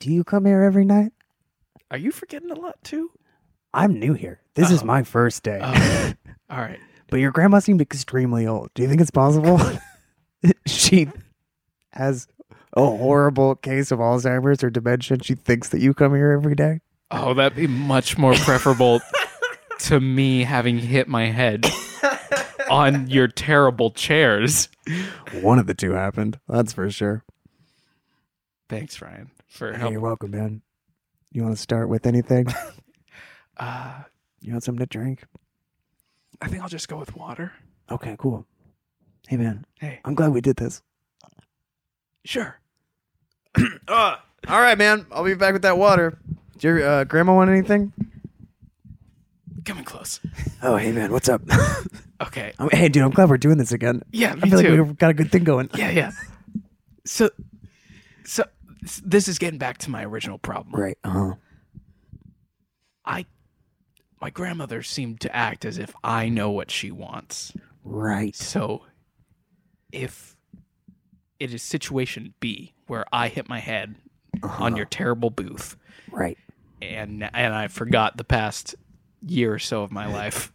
[SPEAKER 3] Do you come here every night?
[SPEAKER 4] Are you forgetting a lot too?
[SPEAKER 3] I'm new here. This is my first day.
[SPEAKER 4] Oh, all right.
[SPEAKER 3] But your grandma seemed extremely old. Do you think it's possible she has a horrible case of Alzheimer's or dementia? and She thinks that you come here every day.
[SPEAKER 4] Oh, that'd be much more preferable to me having hit my head on your terrible chairs.
[SPEAKER 3] One of the two happened. That's for sure.
[SPEAKER 4] Thanks, Ryan, for
[SPEAKER 3] Hey,
[SPEAKER 4] helping.
[SPEAKER 3] you're welcome, man. You want to start with anything?
[SPEAKER 4] Uh,
[SPEAKER 3] you want something to drink?
[SPEAKER 4] I think I'll just go with water.
[SPEAKER 3] Okay, cool. Hey, man.
[SPEAKER 4] Hey,
[SPEAKER 3] I'm glad we did this.
[SPEAKER 4] sure.
[SPEAKER 3] All right, man. I'll be back with that water. Did your uh, grandma want anything?
[SPEAKER 4] Come in close.
[SPEAKER 3] Oh, hey, man. What's up?
[SPEAKER 4] Okay.
[SPEAKER 3] I'm- hey, dude. I'm glad we're doing this again.
[SPEAKER 4] Yeah, me
[SPEAKER 3] I feel
[SPEAKER 4] too.
[SPEAKER 3] like we've got a good thing going.
[SPEAKER 4] yeah, yeah. So, so s- this is getting back to my original problem.
[SPEAKER 3] Right. Uh huh.
[SPEAKER 4] I, my grandmother seemed to act as if I know what she wants.
[SPEAKER 3] Right.
[SPEAKER 4] So, if it is situation B where I hit my head
[SPEAKER 3] Uh-huh.
[SPEAKER 4] on your terrible booth,
[SPEAKER 3] Right.
[SPEAKER 4] and and I forgot the past year or so of my life,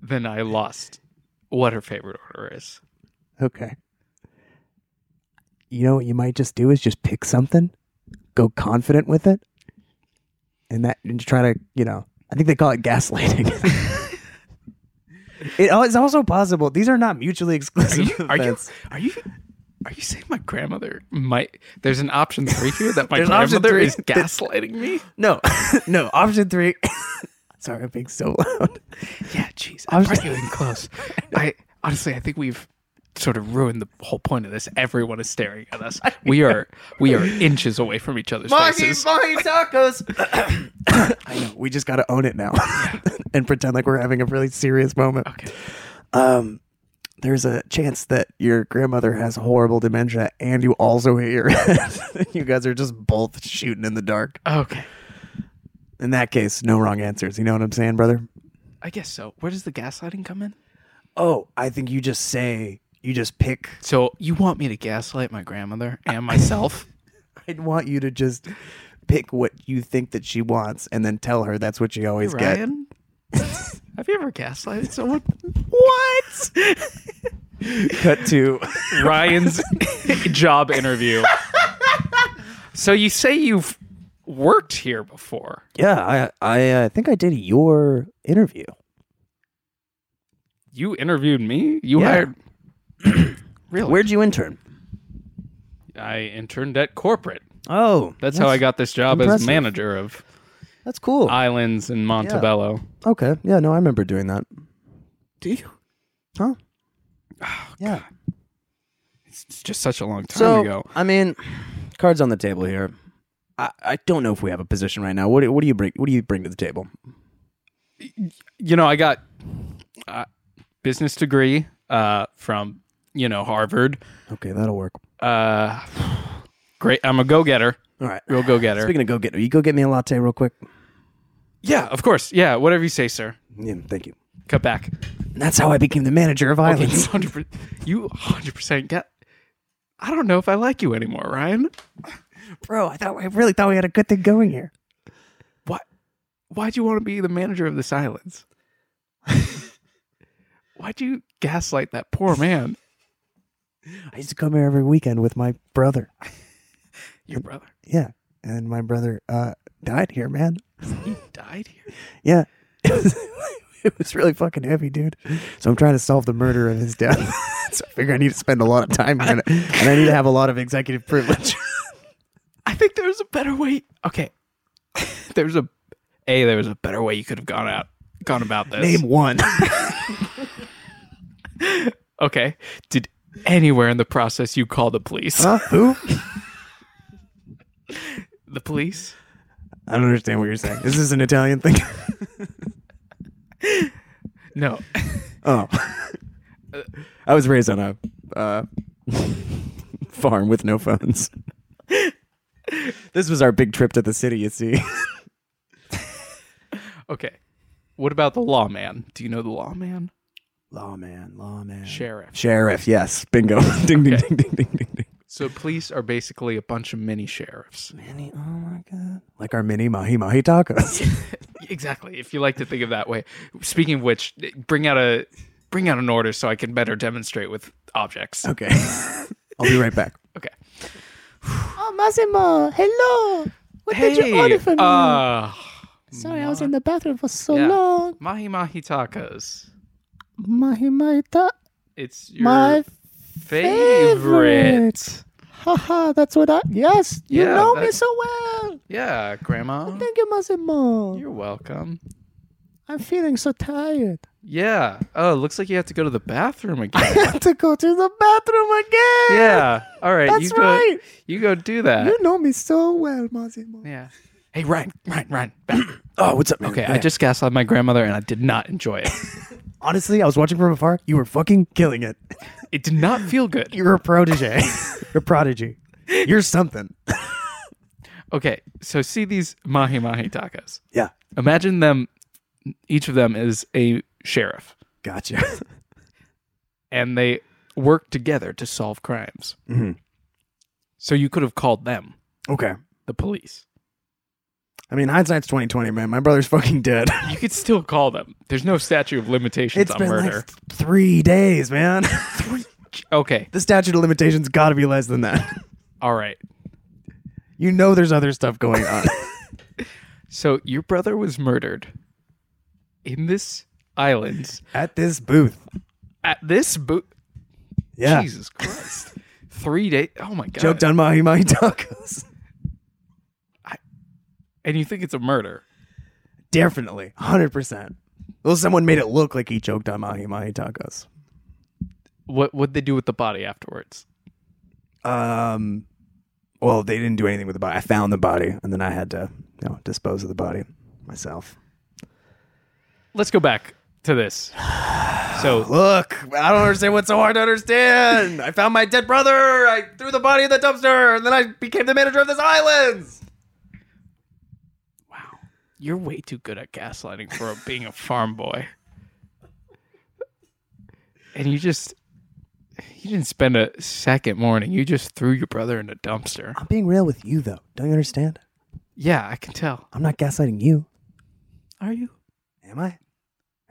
[SPEAKER 4] then I lost what her favorite order is.
[SPEAKER 3] Okay. You know what you might just do is just pick something, go confident with it, and that and try to you know I think they call it gaslighting. it, oh, it's also possible these are not mutually
[SPEAKER 4] Are
[SPEAKER 3] exclusive.
[SPEAKER 4] you are you
[SPEAKER 3] events.
[SPEAKER 4] are you are you saying my grandmother might there's an option three here that my
[SPEAKER 3] There's an option
[SPEAKER 4] grandmother
[SPEAKER 3] three
[SPEAKER 4] is
[SPEAKER 3] that-
[SPEAKER 4] gaslighting me?
[SPEAKER 3] No, no. Option three. Sorry, I'm being so loud.
[SPEAKER 4] Yeah, jeez. I brought you in close. I honestly I think we've sort of ruined the whole point of this. Everyone is staring at us. We are we are inches away from each other's faces.
[SPEAKER 1] Mahi tacos.
[SPEAKER 3] I know. We just got to own it now and pretend like we're having a really serious moment.
[SPEAKER 4] Okay.
[SPEAKER 3] um, there's a chance that your grandmother has horrible dementia and you also hit your head. you guys are just both shooting in the dark.
[SPEAKER 4] Okay.
[SPEAKER 3] In that case, no wrong answers. You know what I'm saying, brother?
[SPEAKER 4] I guess so. Where does the gaslighting come in?
[SPEAKER 3] Oh, I think you just say you just pick.
[SPEAKER 4] So you want me to gaslight my grandmother and myself?
[SPEAKER 3] I'd want you to just pick what you think that she wants, and then tell her that's what she always gets.
[SPEAKER 4] Ryan? Have you ever gaslighted someone?
[SPEAKER 3] What? Cut to
[SPEAKER 4] Ryan's job interview. so you say you've worked here before.
[SPEAKER 3] yeah. I I uh, think I did your interview.
[SPEAKER 4] You interviewed me. You
[SPEAKER 3] Yeah.
[SPEAKER 4] hired. really?
[SPEAKER 3] Where'd you intern?
[SPEAKER 4] I interned at corporate.
[SPEAKER 3] Oh,
[SPEAKER 4] That's, how I got this job as
[SPEAKER 3] impressive.
[SPEAKER 4] manager of
[SPEAKER 3] That's cool.
[SPEAKER 4] islands in Montebello.
[SPEAKER 3] okay. Yeah. No, I remember doing that.
[SPEAKER 4] Do you? Oh,
[SPEAKER 3] Huh? yeah.
[SPEAKER 4] It's just such a long time
[SPEAKER 3] So
[SPEAKER 4] ago.
[SPEAKER 3] I mean, cards on the table here. I, I don't know if we have a position right now. What do, what do you bring? What do you bring to the table?
[SPEAKER 4] you know, I got uh, business degree uh, from you know Harvard.
[SPEAKER 3] Okay, that'll work.
[SPEAKER 4] Uh, great, I'm a go getter,
[SPEAKER 3] All right.
[SPEAKER 4] real go getter.
[SPEAKER 3] Speaking of go get, you go get me a latte real quick.
[SPEAKER 4] Yeah, of course. Yeah, whatever you say, sir.
[SPEAKER 3] Yeah, thank you.
[SPEAKER 4] Cut back.
[SPEAKER 3] That's how I became the manager of
[SPEAKER 4] Okay,
[SPEAKER 3] Islands.
[SPEAKER 4] you hundred percent. You hundred percent get. I don't know if I like you anymore, Ryan.
[SPEAKER 3] Bro, I thought I really thought we had a good thing going here.
[SPEAKER 4] Why? Why'd you want to be the manager of this islands? why'd you gaslight that poor man,
[SPEAKER 3] I used to come here every weekend with my brother.
[SPEAKER 4] your brother?
[SPEAKER 3] Yeah, and my brother uh, died here, man.
[SPEAKER 4] He died here.
[SPEAKER 3] Yeah, it was really fucking heavy, dude. So I'm trying to solve the murder of his death. so I figure I need to spend a lot of time here, and- and I need to have a lot of executive privilege.
[SPEAKER 4] I think there was a better way. Okay, there was a a there was a better way you could have gone out gone about this.
[SPEAKER 3] Name one.
[SPEAKER 4] Okay, did anywhere in the process you call the police?
[SPEAKER 3] Huh? Who?
[SPEAKER 4] The police?
[SPEAKER 3] I don't understand what you're saying. Is this an Italian thing?
[SPEAKER 4] No.
[SPEAKER 3] Oh. I was raised on a uh, farm with no phones. this was our big trip to the city, you see.
[SPEAKER 4] Okay. What about the lawman? Do you know the lawman?
[SPEAKER 3] Lawman, lawman.
[SPEAKER 4] Sheriff.
[SPEAKER 3] Sheriff, yes. Bingo. ding, ding, ding, ding, ding, ding, ding.
[SPEAKER 4] So police are basically a bunch of mini sheriffs.
[SPEAKER 3] Mini, oh my God. Like our mini mahi mahi tacos.
[SPEAKER 4] Exactly. If you like to think of that way. Speaking of which, bring out a bring out an order so I can better demonstrate with objects.
[SPEAKER 3] okay. I'll be right back.
[SPEAKER 4] Okay.
[SPEAKER 2] Oh, Massimo, hello. What did you order for me?
[SPEAKER 4] uh,
[SPEAKER 2] Sorry, I was in the bathroom for so
[SPEAKER 4] Yeah.
[SPEAKER 2] long.
[SPEAKER 4] Mahi Mahi Tacos.
[SPEAKER 2] Mahi mahi ta-
[SPEAKER 4] It's your
[SPEAKER 2] my
[SPEAKER 4] favorite.
[SPEAKER 2] haha. That's what I. Yes, you
[SPEAKER 4] Yeah,
[SPEAKER 2] know me
[SPEAKER 4] that's-
[SPEAKER 2] so well.
[SPEAKER 4] Yeah, Grandma.
[SPEAKER 2] Thank you, Massimo.
[SPEAKER 4] You're welcome.
[SPEAKER 2] I'm feeling so tired.
[SPEAKER 4] Yeah. Oh, looks like you have to go to the bathroom
[SPEAKER 2] I
[SPEAKER 4] again.
[SPEAKER 2] have to go to the bathroom again.
[SPEAKER 4] yeah. All right.
[SPEAKER 2] That's
[SPEAKER 4] you go,
[SPEAKER 2] right.
[SPEAKER 4] You go do that.
[SPEAKER 2] You know me so well, Massimo.
[SPEAKER 4] yeah. Hey, Ryan. Ryan. Ryan. Back.
[SPEAKER 3] Oh, what's up, man?
[SPEAKER 4] Okay. I just gaslit my grandmother, and I did not enjoy it.
[SPEAKER 3] honestly, I was watching from afar. You were fucking killing it.
[SPEAKER 4] It did not feel good.
[SPEAKER 3] You're a protege. You're a prodigy. You're something.
[SPEAKER 4] Okay. So see these mahi mahi tacos.
[SPEAKER 3] Yeah.
[SPEAKER 4] Imagine them. Each of them is a sheriff,
[SPEAKER 3] Gotcha.
[SPEAKER 4] and they work together to solve crimes.
[SPEAKER 3] Mhm.
[SPEAKER 4] So you could have called them
[SPEAKER 3] Okay.
[SPEAKER 4] the police.
[SPEAKER 3] I mean, hindsight's twenty twenty, man. My brother's fucking dead.
[SPEAKER 4] You could still call them. There's no statute of limitations
[SPEAKER 3] It's
[SPEAKER 4] on
[SPEAKER 3] been
[SPEAKER 4] murder.
[SPEAKER 3] like th- three days, man.
[SPEAKER 4] Okay.
[SPEAKER 3] the statute of limitations got to be less than that.
[SPEAKER 4] All right.
[SPEAKER 3] You know, there's other stuff going on.
[SPEAKER 4] So your brother was murdered in this island
[SPEAKER 3] At this booth,
[SPEAKER 4] at this boot.
[SPEAKER 3] yeah.
[SPEAKER 4] Jesus Christ. Three days. Oh my God.
[SPEAKER 3] Joke done, mahi mahi tacos.
[SPEAKER 4] And you think it's a murder.
[SPEAKER 3] Definitely, hundred percent. Well, someone made it look like he choked on mahi mahi tacos.
[SPEAKER 4] What would they do with the body afterwards?
[SPEAKER 3] Um, well, they didn't do anything with the body. I found the body, and then I had to, you know, dispose of the body myself.
[SPEAKER 4] Let's go back to this. So
[SPEAKER 3] Look, I don't understand what's so hard to understand. I found my dead brother. I threw the body in the dumpster, and then I became the manager of this island.
[SPEAKER 4] You're way too good at gaslighting for a, being a farm boy. And you just you didn't spend a second morning. You just threw your brother in a dumpster.
[SPEAKER 3] I'm being real with you, though. Don't you understand?
[SPEAKER 4] Yeah, I can tell.
[SPEAKER 3] I'm not gaslighting you.
[SPEAKER 4] Are you?
[SPEAKER 3] Am I?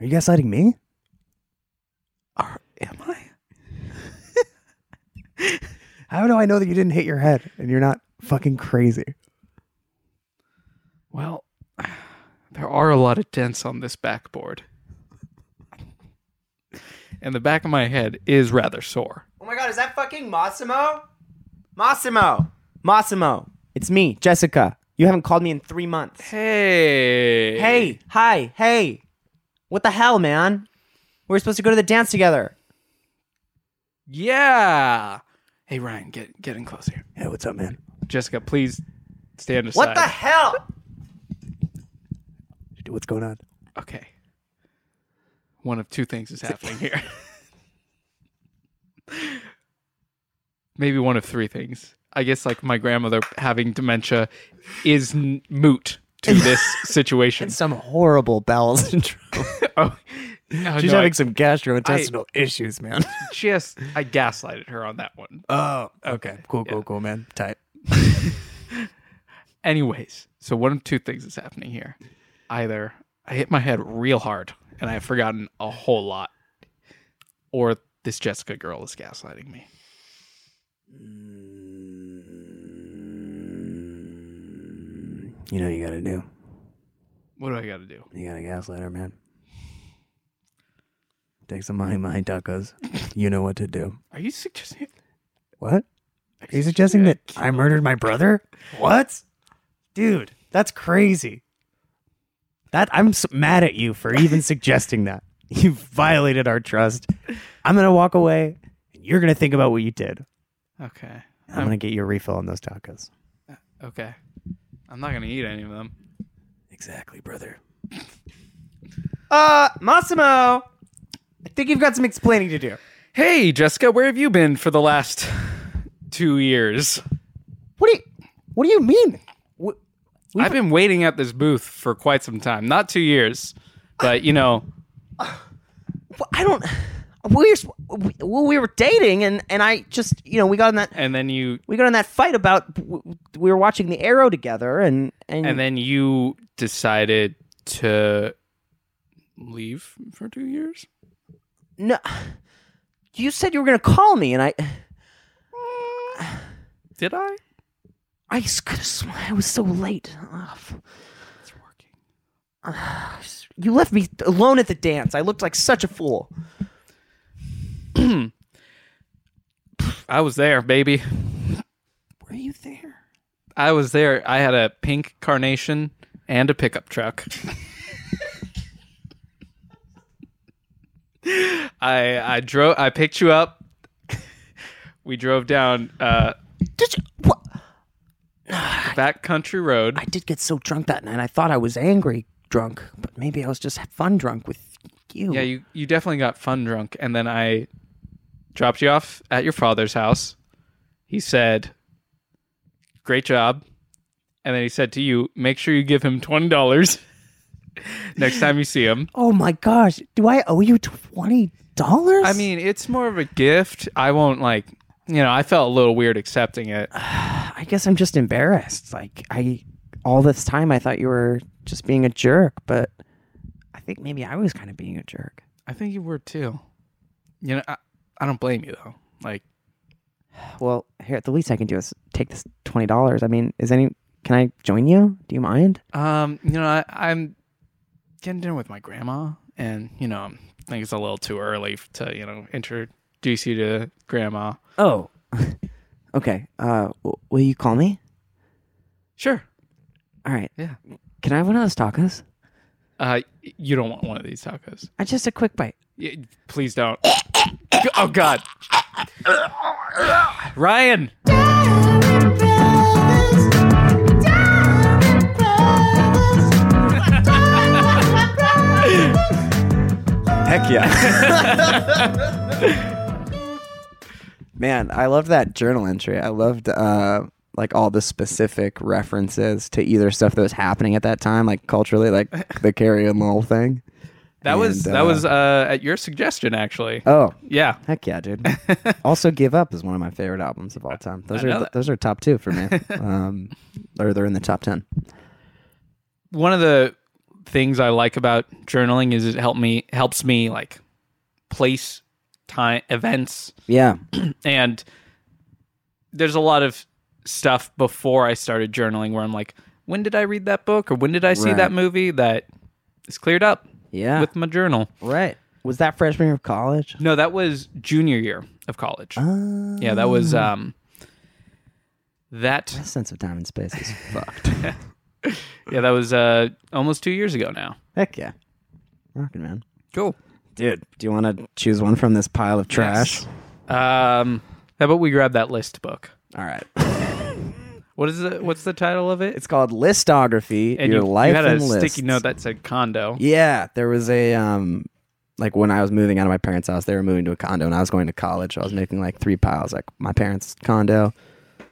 [SPEAKER 3] Are you gaslighting me?
[SPEAKER 4] Are am I?
[SPEAKER 3] How do I know that you didn't hit your head and you're not fucking crazy?
[SPEAKER 4] Well, there are a lot of dents on this backboard. And the back of my head is rather sore.
[SPEAKER 1] Oh my god, is that fucking Massimo? Massimo! Massimo! It's me, Jessica. You haven't called me in three months.
[SPEAKER 4] Hey.
[SPEAKER 1] Hey, hi, hey. What the hell, man? We were supposed to go to the dance together.
[SPEAKER 4] Yeah. Hey Ryan, get get in close here.
[SPEAKER 3] Hey, what's up, man?
[SPEAKER 4] Jessica, please stand aside.
[SPEAKER 1] What the hell?
[SPEAKER 3] Dude, what's going on?
[SPEAKER 4] Okay. One of two things is happening here. Maybe one of three things. I guess like my grandmother having dementia is n- moot to this situation.
[SPEAKER 3] Some horrible bowel syndrome.
[SPEAKER 4] oh, no,
[SPEAKER 3] She's
[SPEAKER 4] no,
[SPEAKER 3] having some gastrointestinal issues, man.
[SPEAKER 4] I just I gaslighted her on that one.
[SPEAKER 3] Oh, okay. Cool, cool, cool, man. Tight.
[SPEAKER 4] Anyways, so one of two things is happening here. Either I hit my head real hard and I've forgotten a whole lot, or this Jessica girl is gaslighting me.
[SPEAKER 3] You know what you gotta do.
[SPEAKER 4] What do I got to do?
[SPEAKER 3] You gotta gaslight her, man. Take some mahi mahi tacos. You know what to do.
[SPEAKER 4] Are you suggesting?
[SPEAKER 3] What? Are you suggesting that I murdered my brother? What? Dude, that's crazy. That I'm s mad at you for even suggesting that. You violated our trust. I'm gonna walk away. and You're gonna think about what you did.
[SPEAKER 4] Okay.
[SPEAKER 3] I'm gonna get you a refill on those tacos.
[SPEAKER 4] Okay. I'm not gonna eat any of them.
[SPEAKER 3] Exactly, brother.
[SPEAKER 1] Uh, Massimo! I think you've got some explaining to do.
[SPEAKER 4] Hey, Jessica, where have you been for the last two years?
[SPEAKER 3] What do you? What do you mean? What,
[SPEAKER 4] I've been waiting at this booth for quite some time. Not two years, but you know,
[SPEAKER 1] Well, I don't. We were, well, we were dating, and, and I just, you know, we got in that
[SPEAKER 4] and then you
[SPEAKER 1] we got in that fight about w- w- we were watching the Arrow together, and and,
[SPEAKER 3] Hmm.
[SPEAKER 4] and then you decided to leave for two years?
[SPEAKER 1] no, you said you were gonna call me, and I
[SPEAKER 4] Did I?
[SPEAKER 1] I could have sworn I was so late. Ugh, f-
[SPEAKER 4] It's working.
[SPEAKER 1] you left me alone at the dance. I looked like such a fool.
[SPEAKER 4] I was there, baby.
[SPEAKER 1] Were you there?
[SPEAKER 4] I was there. I had a pink carnation and a pickup truck. I I drove. I picked you up. We drove down uh,
[SPEAKER 1] Did you? What?
[SPEAKER 4] back country road.
[SPEAKER 1] I did get so drunk that night. I thought I was angry drunk, but maybe I was just fun drunk with you.
[SPEAKER 4] Yeah, you you definitely got fun drunk, and then I dropped you off at your father's house. He said, "Great job," and then he said to you, "Make sure you give him twenty dollars next time you see him."
[SPEAKER 3] oh my gosh! Do I owe you twenty dollars?
[SPEAKER 4] I mean, it's more of a gift. I won't like, you know, I felt a little weird accepting it.
[SPEAKER 1] I guess I'm just embarrassed. Like I, all this time I thought you were just being a jerk, but I think maybe I was kind of being a jerk.
[SPEAKER 4] I think you were too. You know, I, I don't blame you though. Like,
[SPEAKER 1] Well, here the least I can do is take this twenty dollars. I mean, is any? Can I join you? Do you mind?
[SPEAKER 4] um, you know, I, I'm getting dinner with my grandma, and you know, I think it's a little too early f- to you know introduce you to grandma.
[SPEAKER 1] Oh, okay. Uh, w- will you call me?
[SPEAKER 4] Sure.
[SPEAKER 1] All right.
[SPEAKER 4] Yeah.
[SPEAKER 1] Can I have one of those tacos?
[SPEAKER 4] Uh, y- you don't want one of these tacos.
[SPEAKER 1] Uh, just a quick bite.
[SPEAKER 4] Y- please don't. oh God. Ryan.
[SPEAKER 3] Heck yeah. Man, I loved that journal entry. I loved uh like all the specific references to either stuff that was happening at that time, like culturally, like the Carrie and Lowell thing.
[SPEAKER 4] That was
[SPEAKER 3] And,
[SPEAKER 4] that
[SPEAKER 3] uh,
[SPEAKER 4] was uh, at your suggestion actually.
[SPEAKER 3] Oh,
[SPEAKER 4] yeah,
[SPEAKER 3] heck yeah, dude! also, "Give Up" is one of my favorite albums of all time. Those
[SPEAKER 4] know
[SPEAKER 3] are
[SPEAKER 4] that.
[SPEAKER 3] those are top two for me, um, or they're in the top ten.
[SPEAKER 4] one of the things I like about journaling is it help me helps me like place time events
[SPEAKER 3] Yeah,
[SPEAKER 4] and there's a lot of stuff before I started journaling where I'm like, when did I read that book or when did I see
[SPEAKER 3] Right. Ah.
[SPEAKER 4] that movie that is cleared up
[SPEAKER 3] yeah,
[SPEAKER 4] with my journal.
[SPEAKER 3] right. Was that freshman year of college?
[SPEAKER 4] No, that was junior year of college. yeah, that was
[SPEAKER 3] Ah.
[SPEAKER 4] um that
[SPEAKER 3] Sense of time and space is fucked.
[SPEAKER 4] yeah, that was uh almost 2 years ago now.
[SPEAKER 3] Heck yeah, rocking man.
[SPEAKER 4] Cool.
[SPEAKER 3] Dude, do you want to choose one from this pile of trash?
[SPEAKER 4] Um how about we grab that list book?
[SPEAKER 3] All right.
[SPEAKER 4] What is the what's the title of it?
[SPEAKER 3] It's called Listography, Your
[SPEAKER 4] you,
[SPEAKER 3] Life
[SPEAKER 4] you had a
[SPEAKER 3] in Lists.
[SPEAKER 4] sticky note that said condo.
[SPEAKER 3] Yeah, there was a um like when I was moving out of my parents' house, they were moving to a condo and I was going to college. I was making like three piles, like my parents' condo,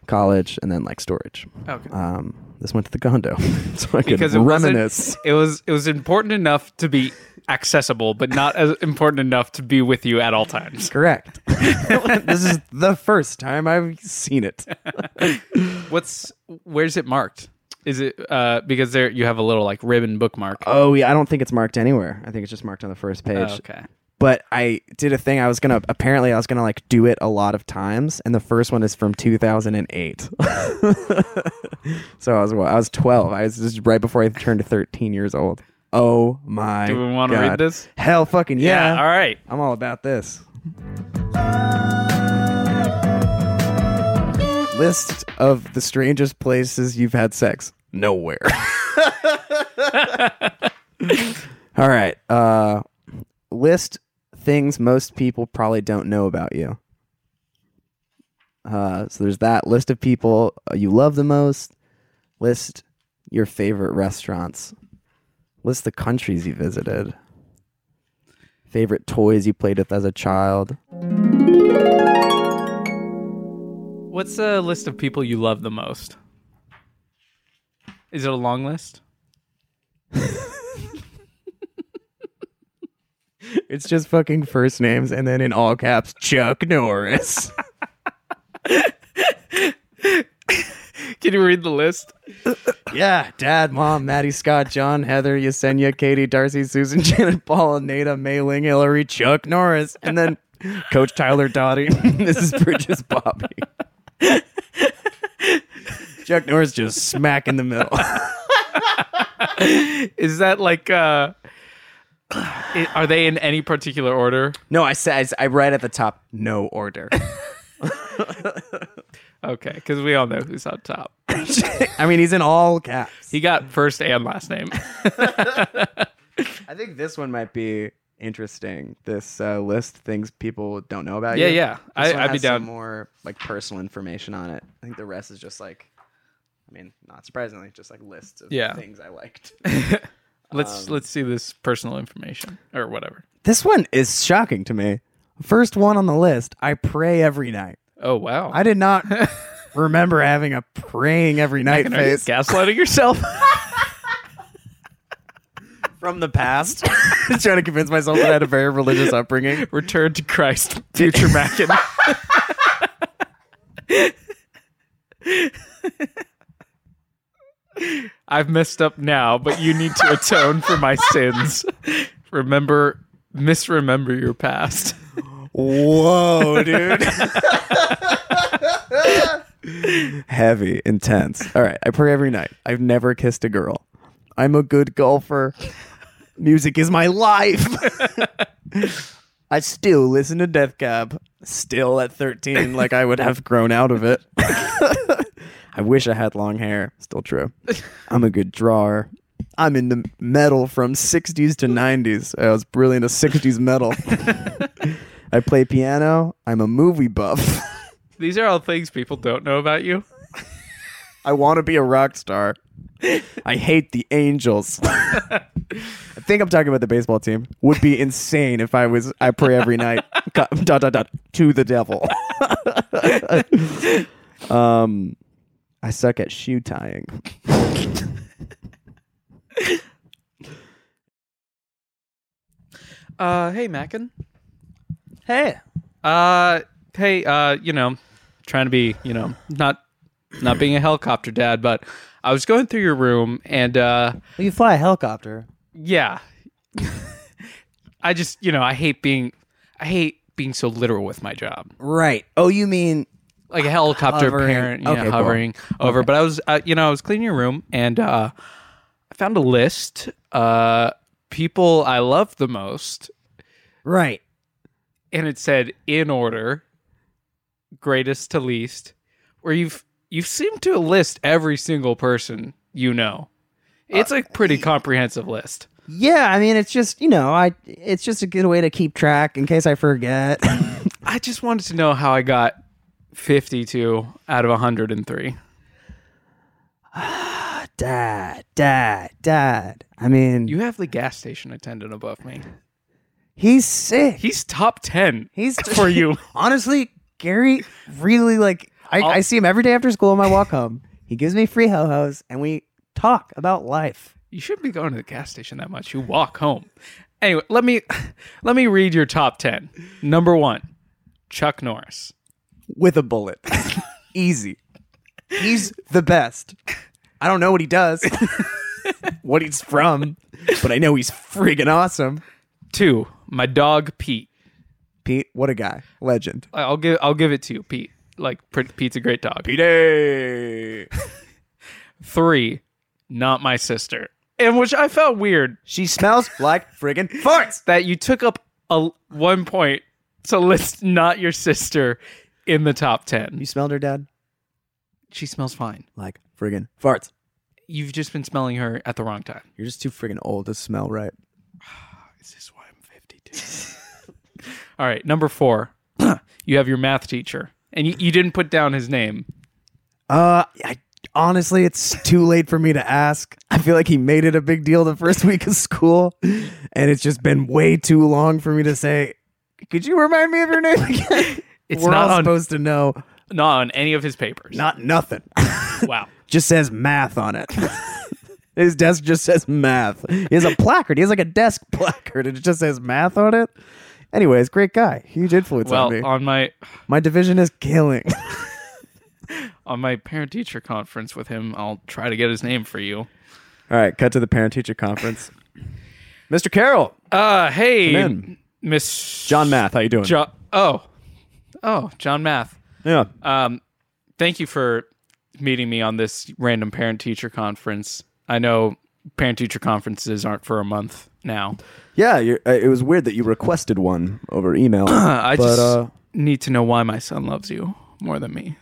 [SPEAKER 3] college, and then like storage.
[SPEAKER 4] Okay.
[SPEAKER 3] Um this went to the condo. so I could
[SPEAKER 4] Because it wasn't-
[SPEAKER 3] reminisce.
[SPEAKER 4] It was it was important enough to be accessible, but not as important enough to be with you at all times.
[SPEAKER 3] Correct. this is the first time I've seen it.
[SPEAKER 4] What's where's it marked? Is it uh because there you have a little like ribbon bookmark?
[SPEAKER 3] Oh yeah, I don't think it's marked anywhere. I think it's just marked on the first page.
[SPEAKER 4] okay.
[SPEAKER 3] but I did a thing. I was gonna apparently I was gonna like do it a lot of times, and the first one is from 2008. so I was well, I was 12. I was just right before I turned 13 years old. Oh my!
[SPEAKER 4] Do we wanna
[SPEAKER 3] God.
[SPEAKER 4] read this?
[SPEAKER 3] Hell, fucking yeah!
[SPEAKER 4] Yeah, all right.
[SPEAKER 3] I'm all about this. List of the strangest places you've had sex. Nowhere. all right. Uh, list things most people probably don't know about you. Uh, so there's that list of people uh, you love the most. List your favorite restaurants. List the countries you visited. Favorite toys you played with as a child.
[SPEAKER 4] What's a list of people you love the most? Is it a long list?
[SPEAKER 3] It's just fucking first names and then in all caps, Chuck Norris.
[SPEAKER 4] Can you read the list?
[SPEAKER 3] yeah, Dad, Mom, Maddie, Scott, John, Heather, Yesenia, Katie, Darcy, Susan, Janet, Paula, Nada, May Ling, Hillary, Chuck Norris, and then Coach Tyler Dottie, Mrs. Bridges, Bobby. Chuck Norris just smack in the middle.
[SPEAKER 4] Is that like uh i- are they in any particular order?
[SPEAKER 3] no, I said I read at the top, no order.
[SPEAKER 4] Okay, because we all know who's on top.
[SPEAKER 3] I mean, he's in all caps.
[SPEAKER 4] He got first and last name.
[SPEAKER 3] I think this one might be interesting. This uh, list things people don't know about
[SPEAKER 4] Yeah,
[SPEAKER 3] you.
[SPEAKER 4] yeah. I-
[SPEAKER 3] This one
[SPEAKER 4] I'd be
[SPEAKER 3] has
[SPEAKER 4] down.
[SPEAKER 3] Some more like personal information on it. I think the rest is just like, I mean, not surprisingly, just like lists of
[SPEAKER 4] Yeah.
[SPEAKER 3] things I liked.
[SPEAKER 4] Let's let's see this personal information or whatever.
[SPEAKER 3] this one is shocking to me. First one on the list. I pray every night.
[SPEAKER 4] Oh wow!
[SPEAKER 3] I did not remember having a praying every night
[SPEAKER 4] Are you
[SPEAKER 3] face
[SPEAKER 4] gaslighting yourself.
[SPEAKER 3] from the past. trying to convince myself that I had a very religious upbringing.
[SPEAKER 4] Return to Christ, future Mackin. I've messed up now, but you need to atone for my sins. Remember, misremember your past.
[SPEAKER 3] Whoa, dude. Heavy, intense. All right. I pray every night. I've never kissed a girl. I'm a good golfer. Music is my life. I still listen to Death Cab. Still at 13, like I would have grown out of it. I wish I had long hair. Still true. I'm a good drawer. I'm in the metal from 60s to 90s. I was brilliant at 60s metal. I play piano. I'm a movie buff.
[SPEAKER 4] These are all things people don't know about you.
[SPEAKER 3] I want to be a rock star. I hate the Angels. I think I'm talking about the baseball team. Would be insane if I was. I pray every night. God, dot dot dot to the devil. um, I suck at shoe tying.
[SPEAKER 4] Uh, hey, Mackin.
[SPEAKER 2] Hey,
[SPEAKER 4] Uh, hey, uh, you know, trying to be, you know, not not being a helicopter dad, but I was going through your room and uh,
[SPEAKER 2] you fly a helicopter.
[SPEAKER 4] yeah, I just, you know, I hate being, I hate being so literal with my job,
[SPEAKER 3] Right. Oh, you mean
[SPEAKER 4] like a helicopter
[SPEAKER 3] Hovering.
[SPEAKER 4] parent, you know,
[SPEAKER 3] Okay, cool.
[SPEAKER 4] hovering over. But I was, uh, you know, I was cleaning your room and uh, I found a list, uh, people I love the most,
[SPEAKER 3] right?
[SPEAKER 4] and it said in order greatest to least where you've you've seemed to list every single person you know it's a pretty comprehensive list
[SPEAKER 3] Yeah, I mean it's just you know I it's just a good way to keep track in case I forget.
[SPEAKER 4] i just wanted to know how i got 52 out of 103
[SPEAKER 3] dad, dad, dad. I mean
[SPEAKER 4] you have the gas station attendant above me
[SPEAKER 3] he's sick.
[SPEAKER 4] he's top 10
[SPEAKER 3] He's
[SPEAKER 4] for you
[SPEAKER 3] Honestly, Gary really like I, I see him every day after school on my walk home. He gives me free ho hos and we talk about life.
[SPEAKER 4] you shouldn't be going to the gas station that much you walk home anyway let me let me read your top 10 number one chuck norris
[SPEAKER 3] With a bullet. Easy. He's the best. I don't know what he does, what he's from, but I know he's friggin' awesome.
[SPEAKER 4] two my dog pete
[SPEAKER 3] Pete, what a guy. Legend.
[SPEAKER 4] I- I'll give I'll give it to you, Pete. Like pr- Pete's a great dog.
[SPEAKER 3] Pete.
[SPEAKER 4] Three, not my sister, and which I felt weird
[SPEAKER 3] She smells like friggin' farts.
[SPEAKER 4] that you took up a one point to list not your sister in the top ten.
[SPEAKER 3] You smelled her, Dad?
[SPEAKER 4] She smells fine.
[SPEAKER 3] Like friggin' farts.
[SPEAKER 4] You've just been smelling her at the wrong time.
[SPEAKER 3] You're just too friggin' old to smell right.
[SPEAKER 4] Is this why I'm fifty two? All right, number four. you have your math teacher, and you, you didn't put down his name.
[SPEAKER 3] Uh, I, honestly, it's too late for me to ask. I feel like he made it a big deal the first week of school, and it's just been way too long for me to say. Could you remind me of your name again?
[SPEAKER 4] It's
[SPEAKER 3] We're
[SPEAKER 4] not
[SPEAKER 3] all
[SPEAKER 4] on-
[SPEAKER 3] supposed to know.
[SPEAKER 4] Not on any of his papers.
[SPEAKER 3] Not nothing.
[SPEAKER 4] wow.
[SPEAKER 3] just says math on it. His desk just says math. He has a placard. He has like a desk placard, and it just says math on it. Anyways, great guy. Huge influence on me.
[SPEAKER 4] Well, uh, on my
[SPEAKER 3] My division is killing.
[SPEAKER 4] on my parent teacher conference with him. I'll try to get his name for you.
[SPEAKER 3] all right, cut to the parent teacher conference. Mr. Carroll,
[SPEAKER 4] Uh, hey,
[SPEAKER 3] in.
[SPEAKER 4] Miss
[SPEAKER 3] John Math, how you doing?
[SPEAKER 4] Jo- oh, oh, John Math.
[SPEAKER 3] Yeah.
[SPEAKER 4] Um, thank you for meeting me on this random parent teacher conference. I know parent teacher conferences aren't for a month now.
[SPEAKER 5] Yeah, you're, uh, it was weird that you requested one over email.
[SPEAKER 4] Uh, I
[SPEAKER 5] But,
[SPEAKER 4] just
[SPEAKER 5] uh,
[SPEAKER 4] need to know why my son loves you more than me.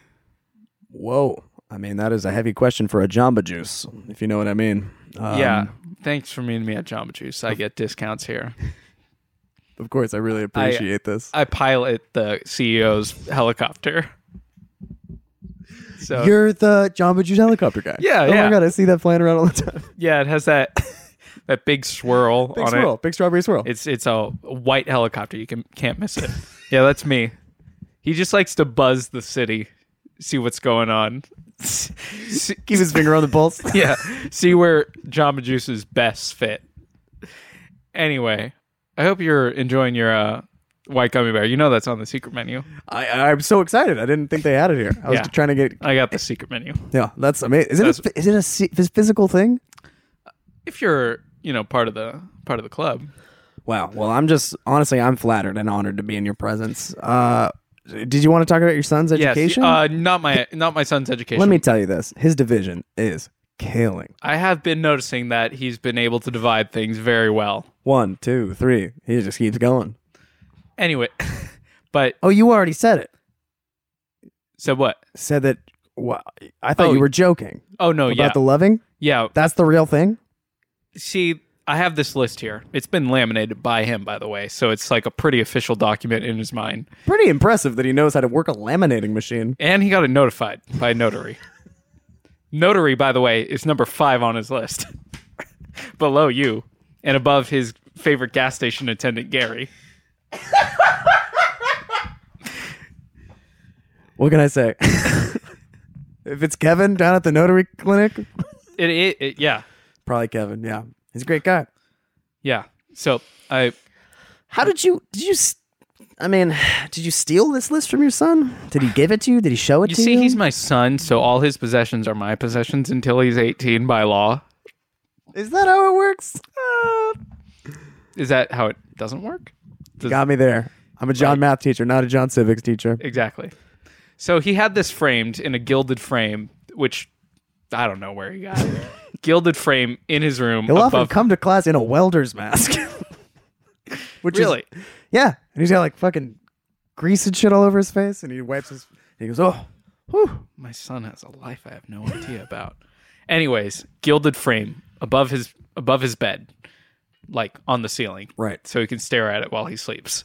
[SPEAKER 5] Whoa. I mean, that is a heavy question for a Jamba Juice, if you know what I mean. Um,
[SPEAKER 4] yeah, thanks for meeting me at Jamba Juice. I get discounts here.
[SPEAKER 3] Of course, I
[SPEAKER 4] uh,
[SPEAKER 3] really appreciate this.
[SPEAKER 4] I pilot the CEO's helicopter. So
[SPEAKER 3] You're the Jamba Juice helicopter guy.
[SPEAKER 4] uh, Yeah,
[SPEAKER 3] Oh
[SPEAKER 4] yeah.
[SPEAKER 3] my god, I see that flying around all the time.
[SPEAKER 4] Yeah, it has that that big swirl
[SPEAKER 3] Big
[SPEAKER 4] on
[SPEAKER 3] swirl,
[SPEAKER 4] it.
[SPEAKER 3] big strawberry swirl.
[SPEAKER 4] It's it's a white helicopter. You can can't miss it. yeah, that's me. He just likes to buzz the city, see what's going on. see,
[SPEAKER 3] Keep his finger on the pulse.
[SPEAKER 4] yeah, see where Jamba Juice's best fit. Anyway, I hope you're enjoying your uh, white gummy bear. You know that's on the secret menu.
[SPEAKER 3] I, I'm so excited. I didn't think they had it here. I was
[SPEAKER 4] Yeah.
[SPEAKER 3] just trying to get.
[SPEAKER 4] I got the secret menu.
[SPEAKER 3] Yeah, that's amazing. Is it a, phy- is it a si- phys- physical thing?
[SPEAKER 4] If you're you know part of the part of the club,
[SPEAKER 3] Wow. Well, I'm just honestly, I'm flattered and honored to be in your presence. Uh, did you want to talk about your son's
[SPEAKER 4] yes,
[SPEAKER 3] education?
[SPEAKER 4] uh, not my not my son's education.
[SPEAKER 3] Let me tell you this: his division is killing.
[SPEAKER 4] I have been noticing that he's been able to divide things very well.
[SPEAKER 3] One, two, three. He just keeps going.
[SPEAKER 4] Anyway, but
[SPEAKER 3] Oh, you already said it.
[SPEAKER 4] so what?
[SPEAKER 3] Said that. Wow. I thought
[SPEAKER 4] Oh,
[SPEAKER 3] you were joking
[SPEAKER 4] Oh no,
[SPEAKER 3] about
[SPEAKER 4] yeah,
[SPEAKER 3] the loving.
[SPEAKER 4] yeah.
[SPEAKER 3] That's the real thing.
[SPEAKER 4] See, I have this list here. It's been laminated by him, by the way, so it's like a pretty official document in his mind.
[SPEAKER 3] Pretty impressive that he knows how to work a laminating machine.
[SPEAKER 4] And he got it notified by a notary. notary, by the way, is number five on his list, below you and above his favorite gas station attendant, Gary.
[SPEAKER 3] What can I say? If it's Kevin down at the notary clinic,
[SPEAKER 4] It, it, it yeah,
[SPEAKER 3] probably Kevin. Yeah, he's a great guy.
[SPEAKER 4] yeah. So I
[SPEAKER 3] How did you? Did you? s- I mean, did you steal this list from your son? Did he give it to you? Did he show it
[SPEAKER 4] You
[SPEAKER 3] to
[SPEAKER 4] see,
[SPEAKER 3] you?
[SPEAKER 4] he's my son, so all his possessions are my possessions until he's 18 by law.
[SPEAKER 3] Is that how it works?
[SPEAKER 4] Is that how it doesn't work? Does-
[SPEAKER 3] Got me there. I'm a John math teacher, not a John civics teacher.
[SPEAKER 4] Exactly. So he had this framed in a gilded frame, which I don't know where he got it. gilded frame in his room
[SPEAKER 3] He'll often
[SPEAKER 4] above.
[SPEAKER 3] come to class in a welder's mask. Which
[SPEAKER 4] really?
[SPEAKER 3] Is, yeah, and he's got like fucking grease and shit all over his face, and he wipes his. He goes, "Oh,
[SPEAKER 4] my son has a life I have no idea about. Anyways, gilded frame above his above his bed, like on the ceiling,
[SPEAKER 3] Right.
[SPEAKER 4] So he can stare at it while he sleeps.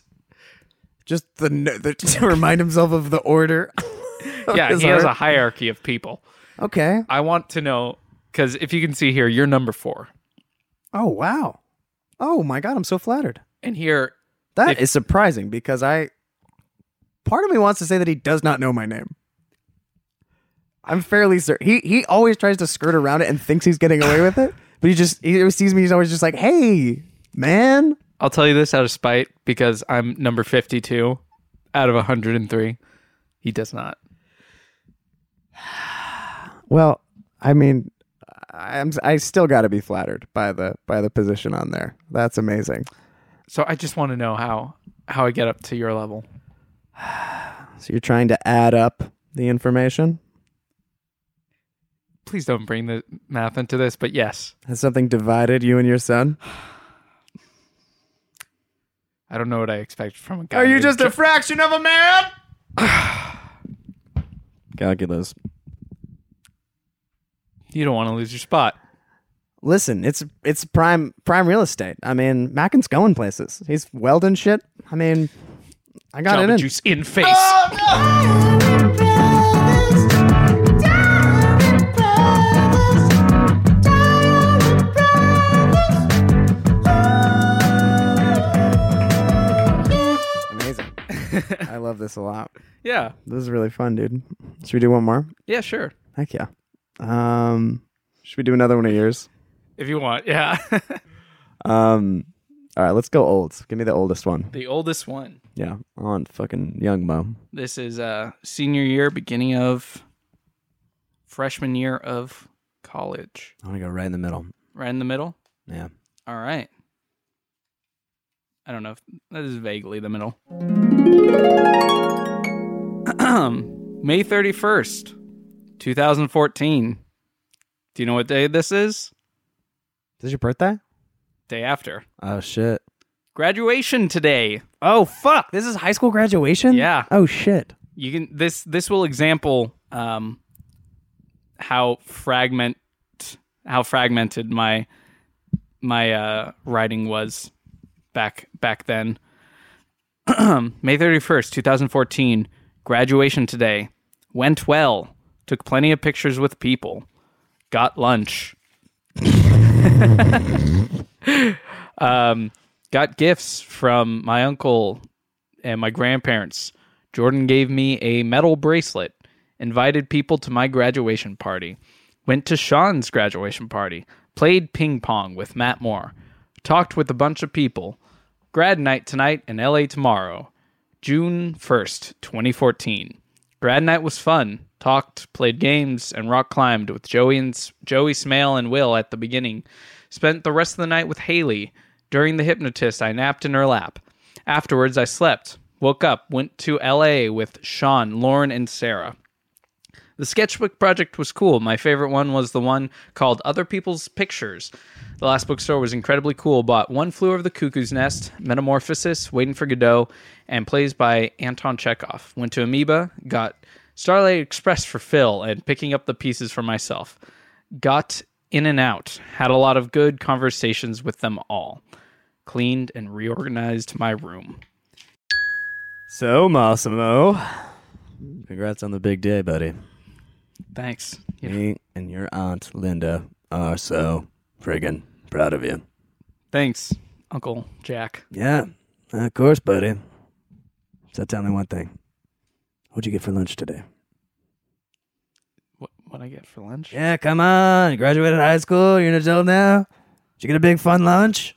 [SPEAKER 3] just the, no- the to remind himself of the order." of
[SPEAKER 4] Yeah,
[SPEAKER 3] his
[SPEAKER 4] he "Oh." has a
[SPEAKER 3] art.
[SPEAKER 4] hierarchy of people.
[SPEAKER 3] Okay.
[SPEAKER 4] I want to know because if you can see here, you're number four,
[SPEAKER 3] Oh wow. Oh my god, I'm so flattered.
[SPEAKER 4] and here
[SPEAKER 3] That is
[SPEAKER 4] If-
[SPEAKER 3] surprising because I part of me wants to say that he does not know my name. I'm fairly certain. He he always tries to skirt around it and thinks he's getting away with it, but he just he always sees me. He's always just like, "Hey, man."
[SPEAKER 4] I'll tell you this out of spite because I'm number 52 out of 103. He does not.
[SPEAKER 3] Well, I mean, I'm I still got to be flattered by the by the position on there. That's amazing.
[SPEAKER 4] So I just want to know how how I get up to your level.
[SPEAKER 3] So you're trying to add up the information?
[SPEAKER 4] Please don't bring the math into this, but yes,
[SPEAKER 3] Has something divided you and your son?
[SPEAKER 4] I don't know what I expect from a guy.
[SPEAKER 3] Are you
[SPEAKER 4] named
[SPEAKER 3] just a
[SPEAKER 4] Jo-
[SPEAKER 3] fraction of a man?
[SPEAKER 5] Calculus.
[SPEAKER 4] you don't want to lose your spot.
[SPEAKER 3] Listen, it's it's prime prime real estate. I mean, Mackin's going places. He's welding shit. I mean, I got
[SPEAKER 4] Jamba
[SPEAKER 3] it Ah! in.
[SPEAKER 4] juice in face.
[SPEAKER 3] Amazing. I love this a lot.
[SPEAKER 4] Yeah,
[SPEAKER 3] This is really fun, dude. Should we do one more?
[SPEAKER 4] yeah, sure,
[SPEAKER 3] Heck yeah. Um, should we do another one of yours?
[SPEAKER 4] if you want. Yeah,
[SPEAKER 3] Um, all right, let's go old. Give me the oldest one.
[SPEAKER 4] the oldest one.
[SPEAKER 3] Yeah, on fucking young mom.
[SPEAKER 4] This is uh senior year, beginning of freshman year of college.
[SPEAKER 5] I'm gonna go right in the middle.
[SPEAKER 4] Right in the middle.
[SPEAKER 5] Yeah.
[SPEAKER 4] All right. I don't know if that is vaguely the middle. May 31st, 2014. Do you know what day this is?
[SPEAKER 5] Is this your birthday?
[SPEAKER 4] Day after.
[SPEAKER 5] Oh shit.
[SPEAKER 4] Graduation today.
[SPEAKER 5] Oh fuck! This is high school
[SPEAKER 3] Um,
[SPEAKER 5] graduation.
[SPEAKER 4] Yeah.
[SPEAKER 5] Oh shit.
[SPEAKER 4] You can this this will example um how fragment how fragmented my my uh writing was back back then. May 31st, 2014, graduation today. Went well. Took plenty of pictures with people. Got lunch. um, got gifts from my uncle and my grandparents. Jordan gave me a metal bracelet, invited people to my graduation party, went to Sean's graduation party, played ping pong with Matt Moore, talked with a bunch of people. Grad night tonight and LA tomorrow, June 1st, 2014. Grad night was fun. Talked, played games, and rock climbed with Joey and S- Joey Smale and Will at the beginning. Spent the rest of the night with Haley. During the hypnotist, I napped in her lap. Afterwards, I slept. Woke up, went to LA with Sean, Lauren, and Sarah. The sketchbook project was cool. My favorite one was the one called Other People's Pictures. The last bookstore was incredibly cool. Bought One Flew Over the Cuckoo's Nest, Metamorphosis, Waiting for Godot, and plays by Anton Chekhov. Went to Amoeba, got Starlight Express for Phil, and picking up the pieces for myself. Got in and out. Had a lot of good conversations with them all. Cleaned and reorganized my room.
[SPEAKER 5] So Massimo, congrats on the big day, buddy.
[SPEAKER 4] Thanks.
[SPEAKER 5] Me and your aunt Linda are so friggin' proud of you.
[SPEAKER 4] Thanks, Uncle Jack.
[SPEAKER 5] Yeah, of course, buddy. So tell me one thing. What'd you get for lunch today?
[SPEAKER 4] What, what I get for lunch.
[SPEAKER 3] Yeah, come on. You graduated high school. You're an adult now. Did you get a big fun lunch?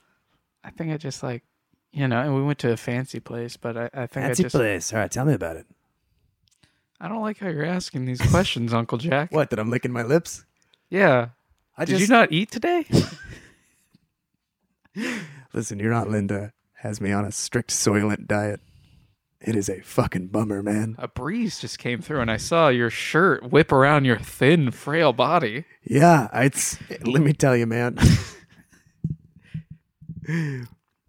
[SPEAKER 4] I think I just like, you know, and we went to a fancy place, but I, I think
[SPEAKER 3] Fancy
[SPEAKER 4] I just
[SPEAKER 3] place. All right, tell me about it.
[SPEAKER 4] I don't like how you're asking these questions, Uncle Jack.
[SPEAKER 3] What? That I'm licking my lips?
[SPEAKER 4] Yeah.
[SPEAKER 3] I
[SPEAKER 4] Did
[SPEAKER 3] just
[SPEAKER 4] you not eat today?
[SPEAKER 3] listen. Your aunt Linda has me on a strict soylent diet. It is a fucking bummer, man.
[SPEAKER 4] a breeze just came through, and I saw your shirt whip around your thin, frail body.
[SPEAKER 3] Yeah, it's. Let me tell you, man.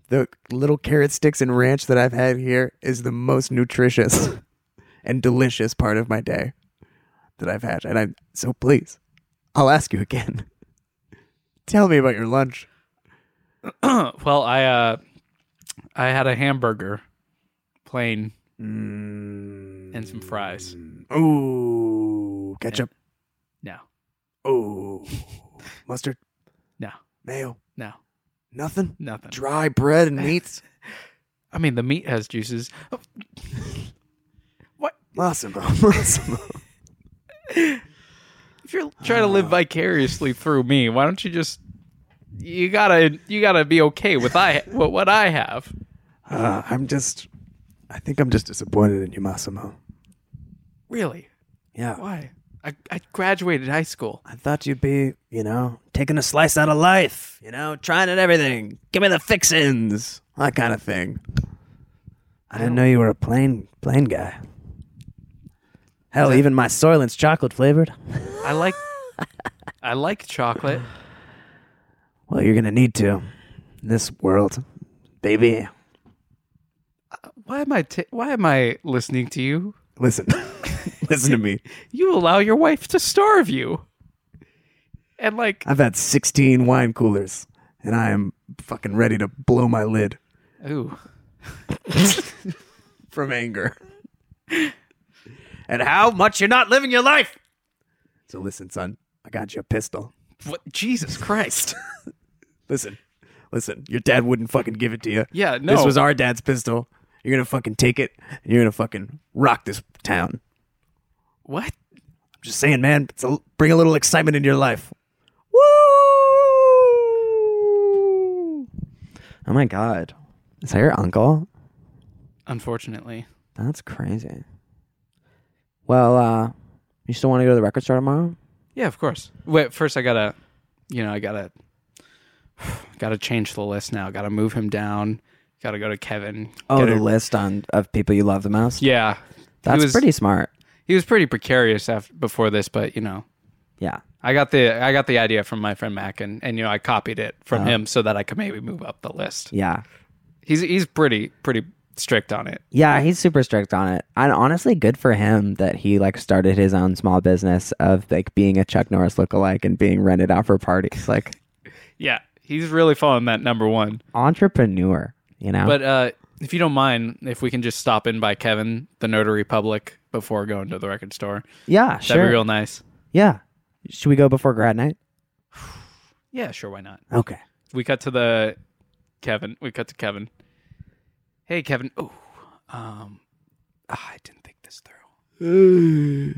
[SPEAKER 3] the little carrot sticks and ranch that I've had here is the most nutritious and delicious part of my day that I've had, and I'm so pleased. I'll ask you again. Tell me about your lunch.
[SPEAKER 4] well, I uh, I had a hamburger, plain,
[SPEAKER 3] Mm.
[SPEAKER 4] and some fries.
[SPEAKER 3] Ooh, ketchup.
[SPEAKER 4] No,
[SPEAKER 3] Ooh, mustard.
[SPEAKER 4] No.
[SPEAKER 3] Mayo.
[SPEAKER 4] no,
[SPEAKER 3] Nothing.
[SPEAKER 4] nothing.
[SPEAKER 3] Dry bread and meats.
[SPEAKER 4] I mean, the meat has juices. Oh,
[SPEAKER 3] Massimo. Massimo.
[SPEAKER 4] If you're trying to live vicariously through me, why don't you just you gotta you gotta be okay with I what what I have.
[SPEAKER 3] Uh, I'm just. I think I'm just disappointed in you, Massimo.
[SPEAKER 4] Really?
[SPEAKER 3] Yeah.
[SPEAKER 4] Why? I, I graduated high school.
[SPEAKER 3] I thought you'd be, you know, taking a slice out of life, you know, trying at everything. Give me the fixins, that kind of thing. I didn't know you were a plain, plain guy. Hell, even my Soylent's chocolate flavored.
[SPEAKER 4] I like I like chocolate.
[SPEAKER 3] Well, you're gonna need to. In this world, baby.
[SPEAKER 4] Why am I ta- why am I listening to you?
[SPEAKER 3] Listen, listen to me.
[SPEAKER 4] You allow your wife to starve you. And like
[SPEAKER 3] I've had 16 wine coolers, and I am fucking ready to blow my lid
[SPEAKER 4] ooh.
[SPEAKER 3] from anger. and how much you're not living your life. So listen, son, I got you a pistol.
[SPEAKER 4] What Jesus Christ.
[SPEAKER 3] Listen, listen, your dad wouldn't fucking give it to you.
[SPEAKER 4] Yeah, no.
[SPEAKER 3] This was our dad's pistol. You're gonna fucking take it, and you're gonna fucking rock this town.
[SPEAKER 4] what?
[SPEAKER 3] I'm just saying, man, it's a, bring a little excitement into your life.
[SPEAKER 5] Woo! Oh my god. Is that your uncle?
[SPEAKER 4] Unfortunately.
[SPEAKER 5] That's crazy. Well, uh, you still want to go to the record store tomorrow?
[SPEAKER 4] Yeah, of course. Wait, first I gotta, you know, I gotta, gotta change the list now. Gotta move him down. Gotta go to Kevin.
[SPEAKER 5] Oh,
[SPEAKER 4] Get
[SPEAKER 5] the
[SPEAKER 4] a-
[SPEAKER 5] list on of people you love the most.
[SPEAKER 4] yeah.
[SPEAKER 5] that's
[SPEAKER 4] he was,
[SPEAKER 5] pretty smart.
[SPEAKER 4] He was pretty precarious after, before this, but you know,
[SPEAKER 5] Yeah,
[SPEAKER 4] I got the I got the idea from my friend Mac, and and you know, I copied it from him so that I could maybe move up the list.
[SPEAKER 5] Uh-huh. yeah,
[SPEAKER 4] He's he's pretty pretty strict on it.
[SPEAKER 5] yeah. He's super strict on it, and honestly, good for him that he like started his own small business of like being a Chuck Norris lookalike and being rented out for parties. Like
[SPEAKER 4] Yeah, he's really following that number one.
[SPEAKER 5] entrepreneur, you know.
[SPEAKER 4] But uh, if you don't mind, if we can just stop in by Kevin, the notary public, before going to the record store,
[SPEAKER 5] yeah,
[SPEAKER 4] that'd
[SPEAKER 5] sure.
[SPEAKER 4] be real nice.
[SPEAKER 5] Yeah, should we go before grad night?
[SPEAKER 4] Yeah, sure, why not?
[SPEAKER 5] Okay.
[SPEAKER 4] we cut to the Kevin. We cut to Kevin. Hey, Kevin. Oh, um, ah, I didn't think this through.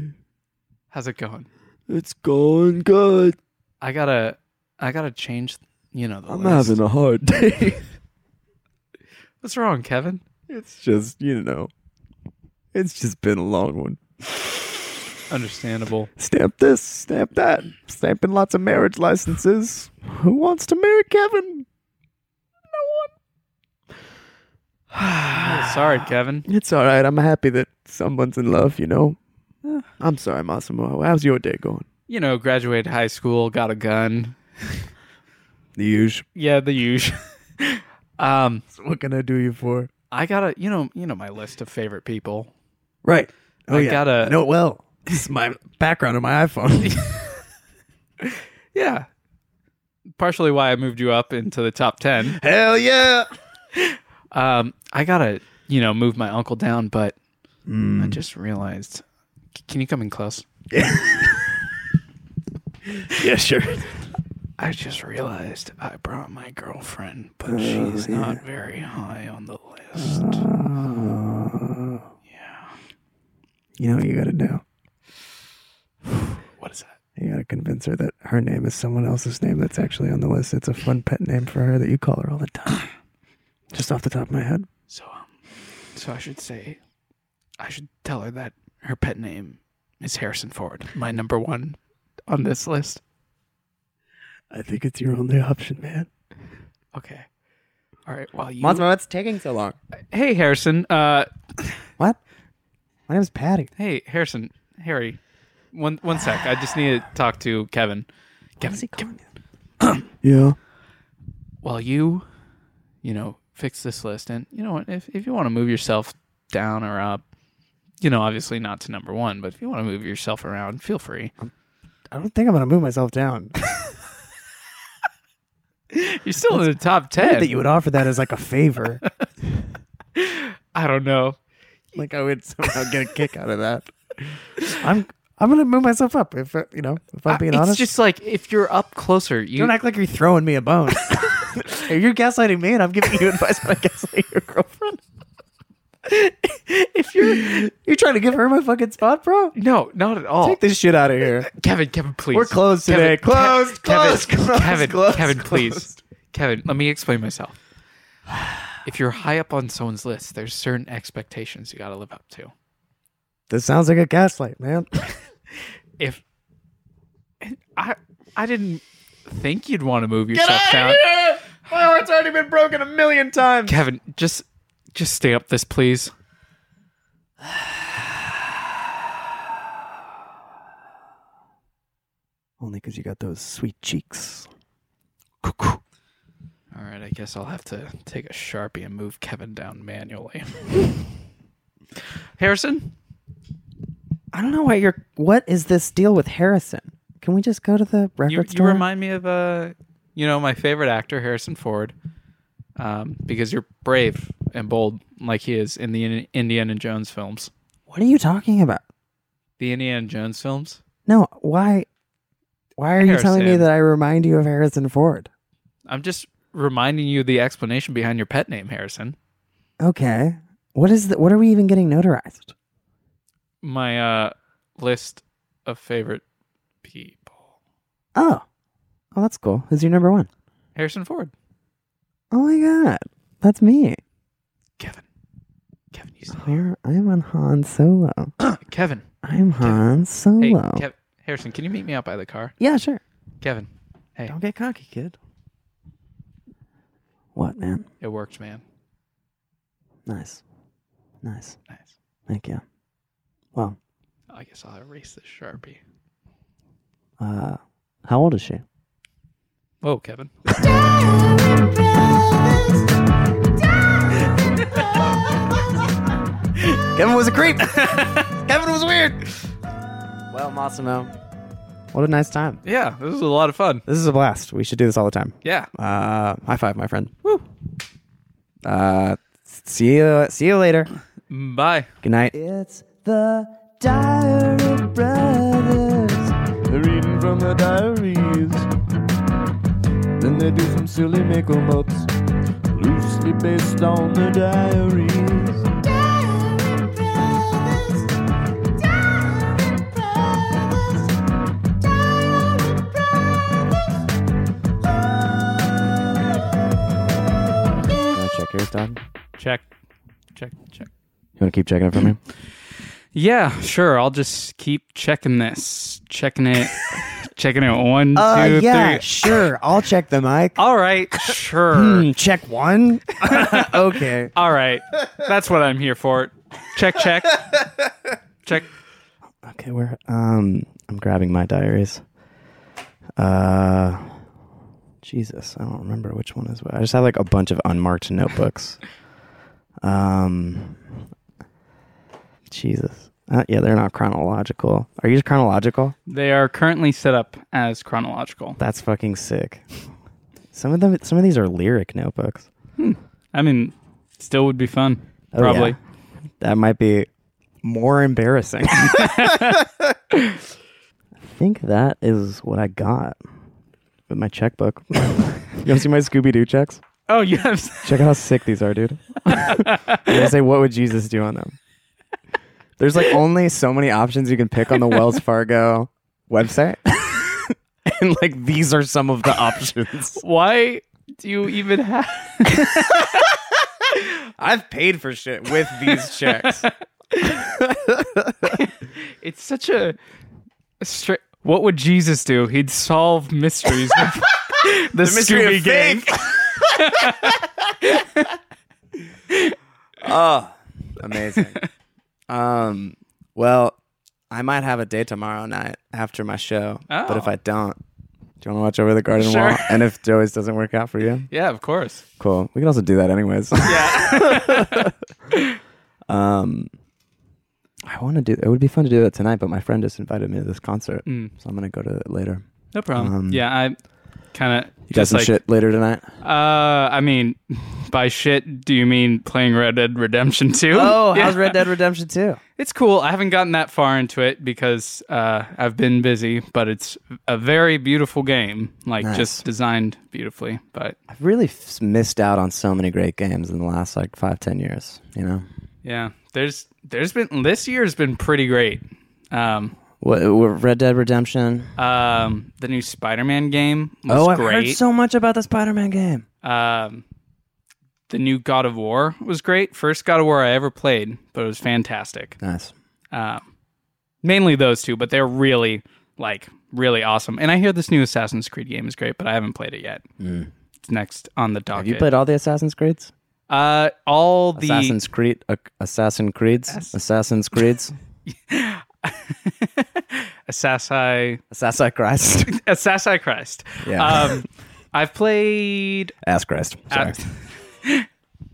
[SPEAKER 4] How's it going?
[SPEAKER 2] It's going good.
[SPEAKER 4] I gotta, I gotta change. You know, the
[SPEAKER 2] I'm
[SPEAKER 4] list.
[SPEAKER 2] having a hard day.
[SPEAKER 4] What's wrong, Kevin?
[SPEAKER 3] It's just, you know, it's just been a long one.
[SPEAKER 4] Understandable.
[SPEAKER 3] Stamp this, stamp that, stamping lots of marriage licenses. Who wants to marry Kevin?
[SPEAKER 4] Oh, sorry, Kevin.
[SPEAKER 3] It's all right. I'm happy that someone's in love, you know. I'm sorry, Massimo. How's your day going?
[SPEAKER 4] You know, graduated high school, got a gun.
[SPEAKER 3] The usual.
[SPEAKER 4] Yeah, the usual. um,
[SPEAKER 3] What can I do you for?
[SPEAKER 4] I gotta, you know, you know my list of favorite people.
[SPEAKER 3] Right. Oh,
[SPEAKER 4] I
[SPEAKER 3] yeah.
[SPEAKER 4] gotta-
[SPEAKER 3] I know it well. This is my background on my iPhone.
[SPEAKER 4] Yeah, partially why I moved you up into the top ten.
[SPEAKER 3] Hell yeah.
[SPEAKER 4] Um, I gotta, you know, move my uncle down, but I just realized. C- Can you come in close?
[SPEAKER 3] Yeah, sure.
[SPEAKER 4] I just realized I brought my girlfriend, but she's not very high on the list.
[SPEAKER 3] You know what you gotta do?
[SPEAKER 4] what is that?
[SPEAKER 6] convince her that her name is someone else's name that's actually on the list. It's a fun pet name for her that you call her all the time. Just off the top of my head.
[SPEAKER 7] So, um, so I should say, I should tell her that her pet name is Harrison Ford, my number one on this list.
[SPEAKER 6] I think it's your only option, man.
[SPEAKER 7] Okay. All right. Well, you.
[SPEAKER 3] Monzma, what's taking so long?
[SPEAKER 4] Hey, Harrison. Uh,
[SPEAKER 3] What? My name's Patty.
[SPEAKER 4] hey, Harrison. Harry. One one sec. I just need to talk to Kevin. Kevin. Kevin
[SPEAKER 6] Yeah.
[SPEAKER 7] while you, you know, fix this list, and you know what, if if you want to move yourself down or up, you know, obviously not to number one, but if you want to move yourself around, feel free.
[SPEAKER 6] I don't think I'm gonna move myself down.
[SPEAKER 7] You're still in the top ten.
[SPEAKER 6] that you would offer that as like a favor.
[SPEAKER 4] I don't know.
[SPEAKER 6] like I would somehow get a kick out of that. I'm I'm gonna move myself up if uh, you know if I'm being
[SPEAKER 4] it's
[SPEAKER 6] honest.
[SPEAKER 4] just like if you're up closer, you
[SPEAKER 6] don't act like you're throwing me a bone. If you're gaslighting me, and I'm giving you advice about gaslighting your girlfriend. if you're you're trying to give her my fucking spot, bro,
[SPEAKER 4] no, not at all.
[SPEAKER 6] take this shit out of here.
[SPEAKER 4] Kevin, Kevin, please.
[SPEAKER 6] We're closed today.
[SPEAKER 4] Kevin,
[SPEAKER 6] Closed,
[SPEAKER 4] Kevin,
[SPEAKER 6] closed, closed,
[SPEAKER 4] Kevin,
[SPEAKER 6] closed,
[SPEAKER 4] Kevin, please.
[SPEAKER 6] closed.
[SPEAKER 4] Kevin, let me explain myself. If you're high up on someone's list, there's certain expectations you got to live up to.
[SPEAKER 6] This sounds like a gaslight, man.
[SPEAKER 4] If and I, I didn't think you'd want to move yourself down.
[SPEAKER 6] My heart's already been broken a million times.
[SPEAKER 4] Kevin, just, just stay up this, please.
[SPEAKER 6] Only because you got those sweet cheeks.
[SPEAKER 4] All right, I guess I'll have to take a sharpie and move Kevin down manually. Harrison,
[SPEAKER 3] I don't know why you're. What is this deal with Harrison? Can we just go to the record
[SPEAKER 4] you, you
[SPEAKER 3] store?
[SPEAKER 4] remind me of uh, you know, my favorite actor, Harrison Ford, um, because you're brave and bold like he is in the In- Indiana Jones films.
[SPEAKER 3] what are you talking about?
[SPEAKER 4] The Indiana Jones films.
[SPEAKER 3] No, why? Why are you telling me
[SPEAKER 4] Harrison.
[SPEAKER 3] that I remind you of Harrison Ford?
[SPEAKER 4] I'm just reminding you the explanation behind your pet name, Harrison.
[SPEAKER 3] Okay. What is the, What are we even getting notarized?
[SPEAKER 4] My uh, list of favorite people.
[SPEAKER 3] Oh, oh, that's cool. Who's your number one?
[SPEAKER 4] Harrison Ford.
[SPEAKER 3] Oh my god, that's me.
[SPEAKER 4] Kevin. Kevin, you still here?
[SPEAKER 3] Har- I'm on Han Solo.
[SPEAKER 4] Kevin.
[SPEAKER 3] I'm Han
[SPEAKER 4] Hey,
[SPEAKER 3] Solo.
[SPEAKER 4] Kev- Harrison, can you meet me out by the car?
[SPEAKER 3] yeah, sure.
[SPEAKER 4] Kevin, hey,
[SPEAKER 3] Don't get cocky, kid. What man?
[SPEAKER 4] it worked, man.
[SPEAKER 3] Nice, nice.
[SPEAKER 4] Nice.
[SPEAKER 3] Thank you. Well,
[SPEAKER 4] I guess I'll erase this sharpie.
[SPEAKER 3] uh, how old is she?
[SPEAKER 4] Whoa, Kevin.
[SPEAKER 6] Kevin was a creep. Kevin was weird.
[SPEAKER 3] Well, Massimo, what a nice time.
[SPEAKER 4] Yeah, this was a lot of fun.
[SPEAKER 3] This is a blast. We should do this all the time.
[SPEAKER 4] Yeah.
[SPEAKER 3] Uh, high five, my friend. Woo. Uh, see you. See you later.
[SPEAKER 4] Bye.
[SPEAKER 3] Good night. It's the Diary Brothers.
[SPEAKER 6] They're reading from the diaries. Then they do some silly make-em-ups, loosely based on the diaries.
[SPEAKER 3] You want to check yours, Todd?
[SPEAKER 4] Check. Check. Check.
[SPEAKER 3] You want to keep checking it for me?
[SPEAKER 4] Yeah, sure. I'll just keep checking this. Checking it. checking it. One, two, three.
[SPEAKER 3] Uh, yeah, sure. I'll check the mic.
[SPEAKER 4] All right. Sure.
[SPEAKER 3] Hmm, check one. okay.
[SPEAKER 4] All right. That's what I'm here for. Check, check. check.
[SPEAKER 3] Okay, where? Um, I'm grabbing my diaries. Uh, Jesus, I don't remember which one is what. I just have like a bunch of unmarked notebooks. um, Jesus. Uh, yeah, they're not chronological. Are you chronological?
[SPEAKER 4] They are currently set up as chronological.
[SPEAKER 3] That's fucking sick. Some of them, some of these are lyric notebooks.
[SPEAKER 4] I mean, still would be fun.
[SPEAKER 3] Oh, yeah.
[SPEAKER 4] Probably.
[SPEAKER 3] That might be more embarrassing. I think that is what I got with my checkbook. you want to see my Scooby Doo checks?
[SPEAKER 4] Oh, you have.
[SPEAKER 3] Check out how sick these are, dude. I'm gonna say, what would Jesus do on them? There's like only so many options you can pick on the Wells Fargo website. and like these are some of the options.
[SPEAKER 4] Why do you even have?
[SPEAKER 3] I've paid for shit with these checks.
[SPEAKER 4] It's such a, a stra- What would Jesus do? He'd solve mysteries. With the
[SPEAKER 3] mystery
[SPEAKER 4] Scooby
[SPEAKER 3] of
[SPEAKER 4] Gang.
[SPEAKER 3] Oh, amazing. um, well, I might have a day tomorrow night after my show, but if
[SPEAKER 4] Oh.
[SPEAKER 3] I don't, do you want to watch over the garden
[SPEAKER 4] Sure.
[SPEAKER 3] wall? And if Joey's doesn't work out for you,
[SPEAKER 4] Yeah, of course.
[SPEAKER 3] cool. We can also do that anyways. Yeah. um, I want to do. It would be fun to do that tonight, but my friend just invited me to this concert,
[SPEAKER 4] Mm.
[SPEAKER 3] so I'm gonna go to it later.
[SPEAKER 4] No problem.
[SPEAKER 3] Um,
[SPEAKER 4] yeah, I kind of.
[SPEAKER 3] You got some shit later tonight?
[SPEAKER 4] Uh, I mean, by shit, do you mean playing Red Dead Redemption 2?
[SPEAKER 8] Oh,
[SPEAKER 4] Yeah.
[SPEAKER 8] how's Red Dead Redemption 2?
[SPEAKER 4] It's cool. I haven't gotten that far into it because uh, I've been busy, but it's a very beautiful game. Like,
[SPEAKER 3] Nice.
[SPEAKER 4] just designed beautifully. But
[SPEAKER 3] I've really f- missed out on so many great games in the last like five, ten years. You know,
[SPEAKER 4] yeah, there's there's been this year's been pretty great. Um,
[SPEAKER 3] what, what Red Dead Redemption?
[SPEAKER 4] um, the new Spider-Man game was
[SPEAKER 3] Oh, I've
[SPEAKER 4] great.
[SPEAKER 3] heard so much about the Spider-Man game.
[SPEAKER 4] um, the new God of War was great. First God of War I ever played, but it was fantastic.
[SPEAKER 3] Nice.
[SPEAKER 4] Uh, mainly those two, but they're really like really awesome. And I hear this new Assassin's Creed game is great, but I haven't played it yet. It's next on the docket.
[SPEAKER 3] Mm. Have you played all the Assassin's Creeds?
[SPEAKER 4] uh, all the
[SPEAKER 3] Assassin's Creed, uh, Assassin Creeds, Assassin's Creeds,
[SPEAKER 4] Assassin
[SPEAKER 3] Assassin Christ,
[SPEAKER 4] Assassin Christ?
[SPEAKER 3] Yeah.
[SPEAKER 4] Um, I've played.
[SPEAKER 3] Ass Christ. Sorry,
[SPEAKER 4] I've,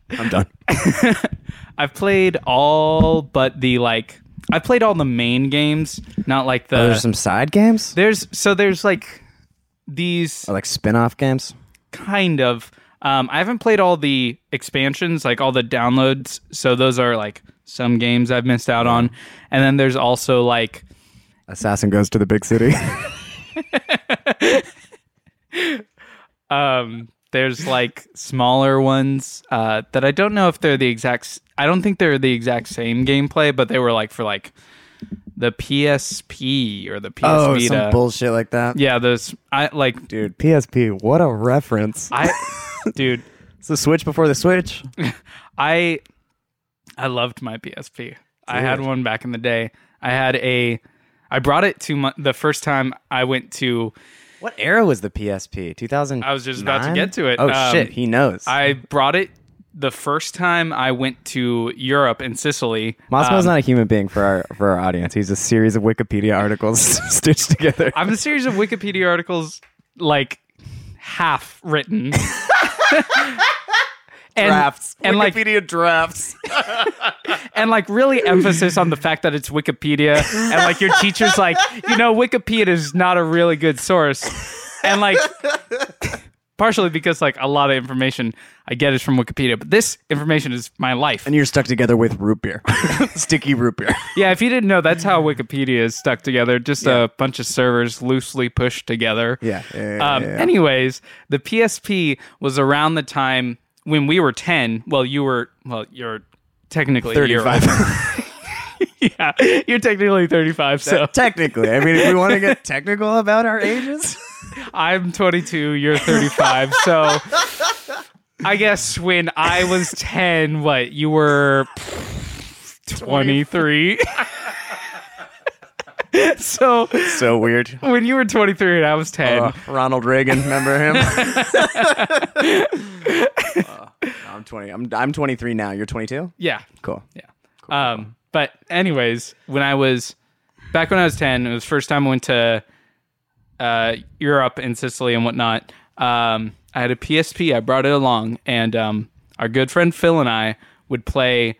[SPEAKER 3] I'm done.
[SPEAKER 4] I've played all but the like. I played all the main games, not like the.
[SPEAKER 3] Oh, there's some side games,
[SPEAKER 4] There's so there's like these
[SPEAKER 3] or like spin-off games.
[SPEAKER 4] kind of. Um, I haven't played all the expansions, like all the downloads. So those are like some games I've missed out on. And then there's also like
[SPEAKER 3] Assassin goes to the big city.
[SPEAKER 4] um, there's like smaller ones uh, that I don't know if they're the exact. s- I don't think they're the exact same gameplay, but they were like for like the PSP or the PS
[SPEAKER 3] oh,
[SPEAKER 4] Vita.
[SPEAKER 3] some bullshit like that.
[SPEAKER 4] yeah, those I like.
[SPEAKER 3] Dude, PSP, what a reference.
[SPEAKER 4] I, dude,
[SPEAKER 3] It's the Switch before the Switch.
[SPEAKER 4] I I loved my PSP. I had one back in the day. I had a I brought it to my, the first time I went to
[SPEAKER 3] What era was the PSP? 2000.
[SPEAKER 4] I was just about to get to it.
[SPEAKER 3] Oh
[SPEAKER 4] Um,
[SPEAKER 3] shit, he knows.
[SPEAKER 4] I brought it the first time I went to Europe in Sicily.
[SPEAKER 3] Massimo's
[SPEAKER 4] Um,
[SPEAKER 3] not a human being for our for our audience. He's a series of Wikipedia articles stitched together.
[SPEAKER 4] I'm a series of Wikipedia articles like half written. And,
[SPEAKER 3] drafts.
[SPEAKER 4] and like
[SPEAKER 3] drafts.
[SPEAKER 4] and like really emphasis on the fact that it's Wikipedia and like your teacher's like, you know, Wikipedia is not a really good source. And like partially because like a lot of information I get is from Wikipedia, but this information is my life.
[SPEAKER 3] And you're stuck together with root beer. Sticky root beer.
[SPEAKER 4] yeah, if you didn't know, that's how Wikipedia is stuck together, just a bunch of servers loosely pushed together.
[SPEAKER 3] Yeah. yeah, yeah,
[SPEAKER 4] Um,
[SPEAKER 3] yeah.
[SPEAKER 4] Anyways, the PSP was around the time when we were 10. Well, you were, well, you're technically 35. yeah, you're technically 35. So
[SPEAKER 3] Technically. I mean, if we want to get technical about our ages.
[SPEAKER 4] I'm 22, you're 35. So I guess when I was 10, what, you were 23? so
[SPEAKER 3] so weird.
[SPEAKER 4] when you were 23 and I was 10,
[SPEAKER 3] Uh, Ronald Reagan, remember him? Uh, I'm 20. I'm, I'm 23 now. You're 22?
[SPEAKER 4] yeah,
[SPEAKER 3] Cool.
[SPEAKER 4] Yeah. Um, but anyways, when I was back when I was ten, it was the first time I went to uh, Europe and Sicily and whatnot. Um, I had a PSP. I brought it along, and um, our good friend Phil and I would play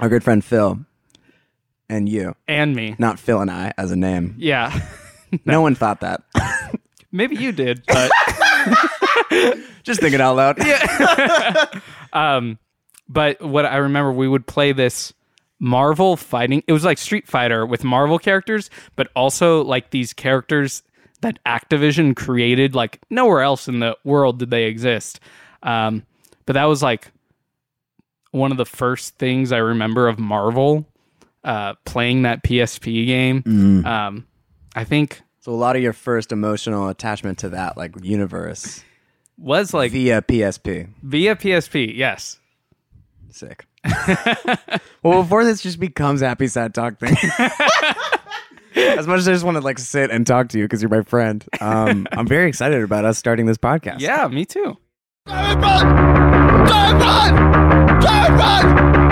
[SPEAKER 3] Our good friend Phil and you.
[SPEAKER 4] and me.
[SPEAKER 3] Not Phil and I as a name.
[SPEAKER 4] Yeah,
[SPEAKER 3] No one thought that.
[SPEAKER 4] maybe you did, but
[SPEAKER 3] Just think it out loud.
[SPEAKER 4] but what I remember, we would play this Marvel fighting. It was like Street Fighter with Marvel characters, but also like these characters that Activision created. Like nowhere else in the world did they exist. Um, but that was like one of the first things I remember of Marvel uh, playing that PSP game. Um, I think
[SPEAKER 3] So a lot of your first emotional attachment to that like universe
[SPEAKER 4] was like
[SPEAKER 3] via PSP.
[SPEAKER 4] via PSP. Yes.
[SPEAKER 3] Sick. well, before this just becomes happy sad talk thing. As much as I just want to like sit and talk to you because you're my friend, um, I'm very excited about us starting this podcast.
[SPEAKER 4] Yeah, me too.
[SPEAKER 9] Drive run! Drive run! Drive run!